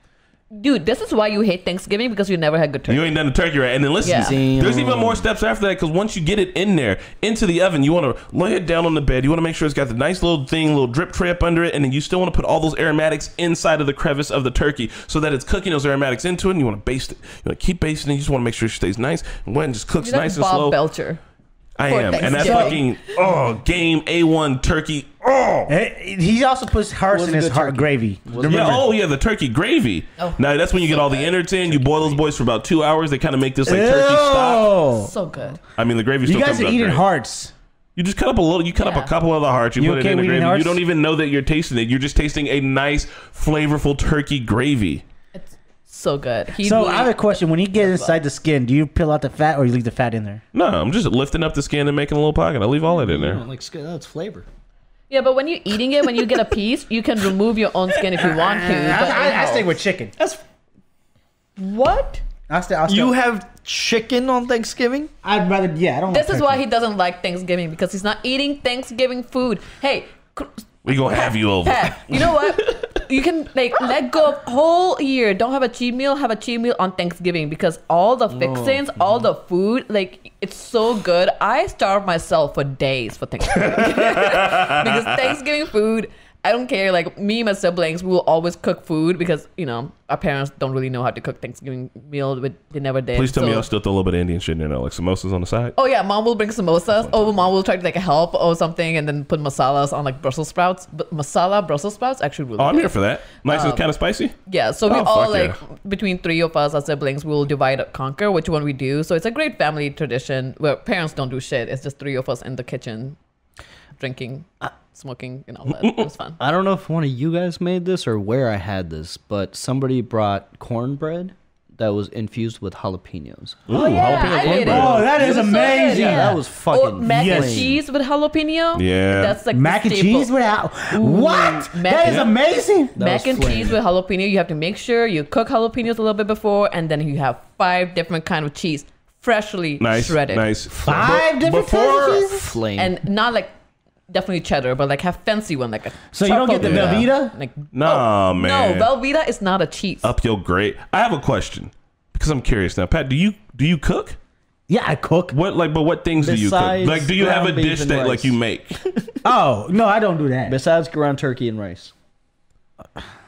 Dude, this is why you hate Thanksgiving because you never had good turkey. You ain't done the turkey right. And then listen, Yeah. Damn. there's even more steps after that because once you get it in there, into the oven, you want to lay it down on the bed. You want to make sure it's got the nice little thing, little drip tray up under it. And then you still want to put all those aromatics inside of the crevice of the turkey so that it's cooking those aromatics into it. And you want to baste it. You want to keep basting it. You just want to make sure it stays nice and wet and just cooks You're like nice and Bob slow. Belcher. I for am. And that's Thanksgiving. fucking, oh, game A1 turkey. Oh. Eh, He also puts hearts Was in a his good heart turkey. gravy. Yeah, oh yeah, the turkey gravy. Oh. Now that's when you get all the innards in. You boil those boys for about two hours. They kind of make this like turkey stock. Ew. So good. I mean, the gravy still You guys comes are out eating great. hearts. You just cut up a little. You cut up Yeah. a couple of the hearts. You, You put okay it in the with gravy. eating You hearts? don't even know that you're tasting it. You're just tasting a nice, flavorful turkey gravy. It's so good. He So really- I have a question. When you get inside the skin, do you peel out the fat or you leave the fat in there? No, I'm just lifting up the skin and making a little pocket. I leave all that in you know, there. like skin- that's flavor. yeah, but when you're eating it, when you get a piece, you can remove your own skin if you want to. but anyhow. with chicken. That's what? I stay, I stay, you have chicken on Thanksgiving. I'd rather. Yeah, I don't. This like is why turkey. he doesn't like Thanksgiving because he's not eating Thanksgiving food. Hey, cr- We gonna have you over. Pat, you know what? You can like let go of whole year. Don't have a cheat meal. Have a cheat meal on Thanksgiving because all the fixings, Oh, all mm-hmm. the food, like it's so good. I starve myself for days for Thanksgiving because Thanksgiving food. I don't care. Like me, and my siblings, we will always cook food because you know our parents don't really know how to cook Thanksgiving meal. With they never did. Please tell me so- y'all still throw a little bit of Indian shit in there, like samosas on the side. Oh yeah, mom will bring samosas. Oh, mom will try to like help or something, and then put masalas on like Brussels sprouts. But masala Brussels sprouts actually really. Oh, I'm good. here for that. Nice Um, and kind of spicy. Yeah, so we Oh, all fuck like yeah. between three of us, our siblings, we'll divide up conquer, which one we do. So it's a great family tradition where parents don't do shit. It's just three of us in the kitchen, drinking, Uh, smoking, and all that. it was fun. I don't know if one of you guys made this or where I had this, but somebody brought cornbread that was infused with jalapenos. Ooh, oh, jalapeno I did cornbread. it. Oh, that It is was so good, amazing. Yeah, that was Or fucking mac and yes. cheese with jalapeno. Yeah. that's like the mac and staple. cheese without what? mac that and- is amazing. That mac was and cheese flavor. with jalapeno. You have to make sure you cook jalapenos a little bit before, and then you have five different kind of cheese, freshly Nice, shredded. nice. Five Be- different before- kinds of cheese? Flame. and not like definitely cheddar, but like have fancy one like a. So you don't get the charcoal- Yeah. Velveeta? Oh, Like Nah, man. Oh, no, Velveeta is not a cheese. Up your grade. I have a question because I'm curious now, Pat. Do you do you cook? Yeah, I cook. What like, but what things do you cook? Besides Like, do you have a ground beef dish and that rice. like you make? Oh no, I don't do that. Besides ground turkey and rice.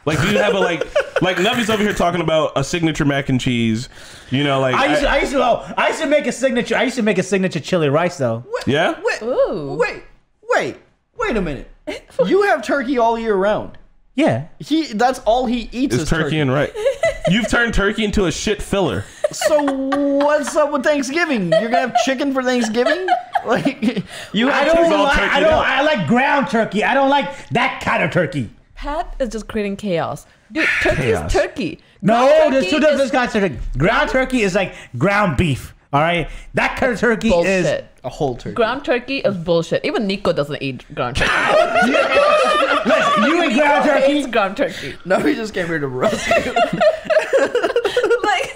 Like, do you have a like, like Nuffy's over here talking about a signature mac and cheese? You know, like, I used to, I- I used to, oh, I used to make a signature. I used to make a signature chili rice though. yeah. Wait, Ooh. wait, wait, wait a minute. You have turkey all year round. Yeah. He that's all he eats It's is turkey, and right. You've turned turkey into a shit filler. so what's up with Thanksgiving? You're gonna have chicken for Thanksgiving? Like you I have don't all like. I turkeyed don't. out. I like ground turkey. I don't like that kind of turkey. Pat is just creating chaos. Dude, turkey Chaos. is turkey. No, Ground there's turkey two is- different kinds of turkey. Ground turkey is like ground beef. All right, that kind of turkey Bullshit. is a whole turkey. Ground turkey is bullshit. Even Nico doesn't eat ground turkey. Listen, you eat ground Nico hates turkey. ground turkey. no, he just came here to roast you. like,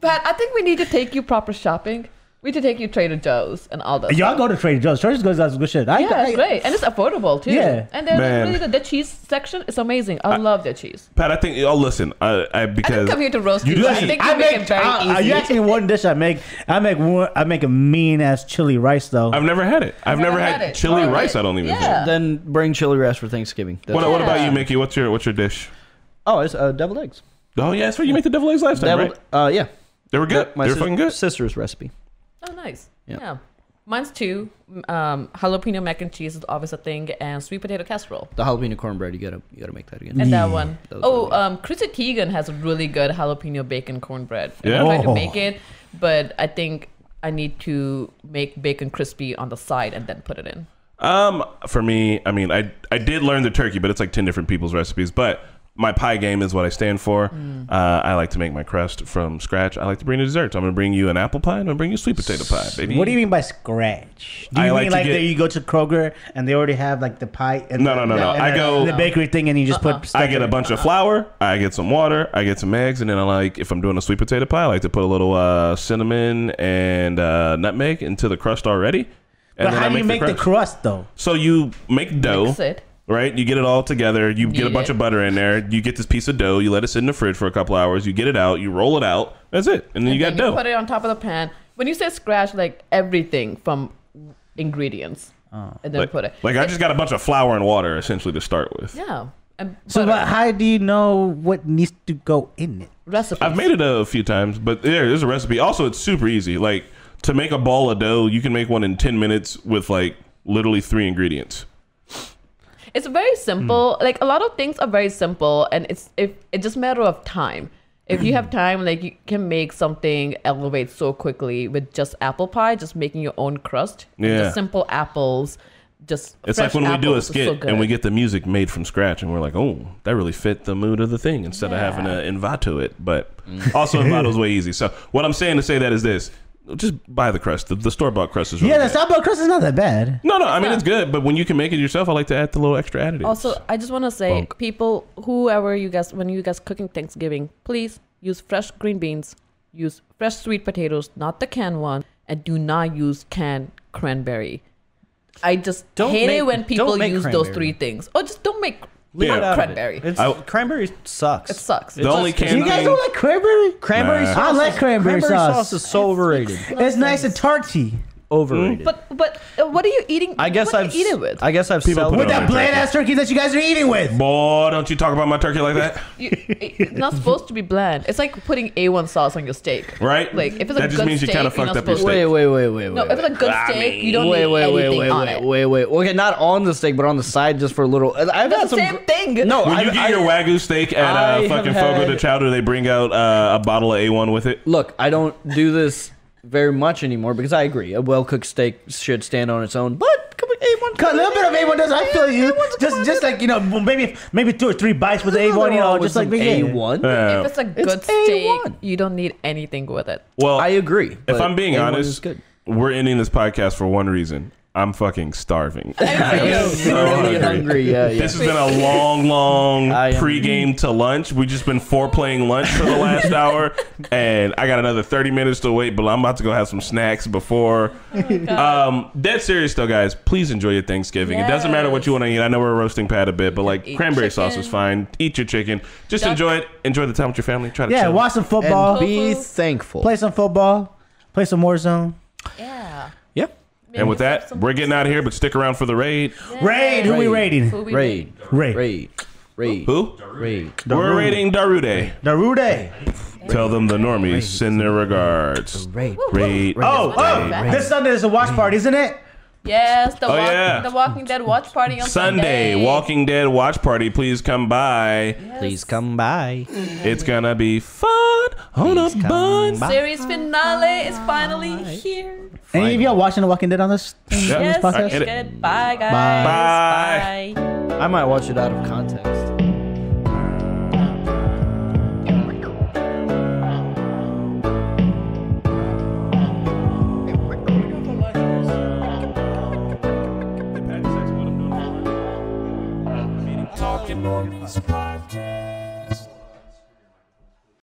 Pat, I think we need to take you proper shopping. We need to take you Trader Joe's and all those. Y'all go to Trader Joe's. Trader Joe's does good shit. I, Yeah, it's I- great. And it's affordable too. Yeah. And they're like, Man. really good. The cheese section is amazing. I, love their cheese. Pat, I think. Oh, listen, I, I I didn't because come here to roast you. do I need- think I you make make. it uh, very I, I, easy. you asked me one dish I make. I make one. I make a mean ass chili rice though. I've never had it. I've never, had, it. chili Try rice. it. I don't even. Yeah. Then bring chili rice for Thanksgiving. That's Think. What, what Yeah. about you, Mickey? What's your what's your dish? Oh, it's uh, deviled eggs. Oh yeah, that's right. You make the devil eggs last time, Deviled, right? uh, yeah. They were good. My they were sis- fucking good. sister's recipe. oh, nice. Yeah. Yeah. Mine's two. Um, jalapeno mac and cheese is always a thing, and sweet potato casserole. The jalapeno cornbread. You gotta, you gotta make that again. And that one. That was oh, really good. um, Chrissy Teigen has a really good jalapeno bacon cornbread. And Yeah. I tried to Oh. make it, but I think I need to make bacon crispy on the side and then put it in. Um, for me, I mean, I I did learn the turkey, but it's like ten different people's recipes. But my pie game is what I stand for. Mm. Uh, I like to make my crust from scratch. I like to bring the desserts. I'm gonna bring you an apple pie. and I'm gonna bring you sweet potato pie, baby. What do you mean by scratch? Do you I like mean to like get- that you go to Kroger and they already have like the pie? And No, no, no, no. and I the- go- the bakery thing and you just Uh-uh. put. Stuff I get a bunch of flour. I get some water. I get some eggs, and then I like if I'm doing a sweet potato pie, I like to put a little uh, cinnamon and uh, nutmeg into the crust already. And But then how I do you make the crust though? So you make dough, Mix it. right? You get it all together. You get a Knead bunch it. of butter in there. You get this piece of dough. You let it sit in the fridge for a couple hours. You get it out. You roll it out. That's it. And then you got Then dough. put it on top of the pan. When you say scratch, like everything from ingredients, and then Oh. like, put it. like I just got a bunch of flour and water essentially to start with. yeah. And So butter. but how do you know what needs to go in it? recipes. I've made it a few times, but there, there's a recipe. Also, it's super easy. Like to make a ball of dough, you can make one in ten minutes with like literally three ingredients. It's very simple. Hmm. Like a lot of things are very simple, and it's if it's just matter of time. If you have time, like you can make something elevate so quickly with just apple pie, just making your own crust. and Yeah. Just simple apples. Just It's fresh like when we do a apples is skit so good. and we get the music made from scratch, and we're like, "Oh, that really fit the mood of the thing." Instead of having to invato it, but Mm. also invato's way easy. So what I'm saying to say that is this: just buy the crust. The, the store bought crust is really Yeah, good. the sourdough crust is not that bad. no, no. I mean, it's good, but when you can make it yourself, I like to add the little extra additives. Also, I just want to say, Bonk. people, whoever you guys, when you guys cooking Thanksgiving, please use fresh green beans, use fresh sweet potatoes, not the canned one, and do not use canned cranberry. I just Don't hate it make- when people don't make use those cranberry. three things. Or just don't make Leave Yeah. it out of it. cranberry. It's, I- cranberry sucks. It sucks. the only just- can Do you guys thing- don't like cranberry? cranberry Nah. sauce. I like is- cranberry sauce. sauce. is so overrated. It's nice and tarty. Overrated. But but uh, what are you eating? I guess what do I've you eat s- it with. I guess I've People sell- put With it on that my bland ass turkey that you guys are eating with. boy, don't you talk about my turkey like that, You- it's not supposed to be bland. It's like putting A1 sauce on your steak. right? Like, if it's a that just good means you steak, kind of you're fucked not up your supposed steak. to- Wait, wait, wait, wait. No, wait, if it's a good I steak, mean- you don't wait, need wait, wait, anything wait, on wait, it. wait, wait. Okay, not on the steak, but on the side, just for a little. I've That's had the some. same gr- thing. No, When I, you get I, your wagyu steak at I uh, have fucking Fogo de had- Chowder, they bring out uh, a bottle of A1 with it. look, I don't do this very much anymore because I agree. A well cooked steak should stand on its own, but come on, one Cut a little bit of A1 does. I feel you. A1's Just, just like you know, maybe, maybe two or three bites with A1. You know, just like A yeah. one. Uh, If it's a good A1. steak, you don't need anything with it. well, I agree. If but I'm being A1 honest, is good. we're ending this podcast for one reason. I'm fucking starving. I am so really hungry. Yeah, yeah. This has been a long, long I am- pregame to lunch. We've just been foreplaying lunch for the last hour, and I got another 30 minutes to wait, but I'm about to go have some snacks before. Oh um, dead serious, though, guys. Please enjoy your Thanksgiving. It doesn't matter what you want to eat. I know we're roasting Pat a bit, but like Eat cranberry sauce chicken. is fine. Eat your chicken. Just Duck. enjoy it. Enjoy the time with your family. Try to Yeah, chill. watch some and football. be Tofu. thankful. play some football. Play some Warzone. Yeah. Yeah. and with that, we're getting out of here, but stick around for the raid. Raid. Who we Raid. raiding? Raid. Raid. Raid. Raid. Who? Raid. We're raiding Darude. Darude. Tell them the normies send their regards. Raid. Raid. Oh, oh! Raid. This Sunday is a watch party, isn't it? Yes, the, Oh, walk, yeah. the Walking Dead watch party on Sunday. Sunday, Walking Dead watch party. Please come by. Please come by. It's gonna be fun on a come bun. by. Series finale is finally here. Any of y'all watching The Walking Dead on this, on this Yeah. Yes, podcast? Hit we it. did. Bye, guys. Bye. Bye. I might watch it out of context.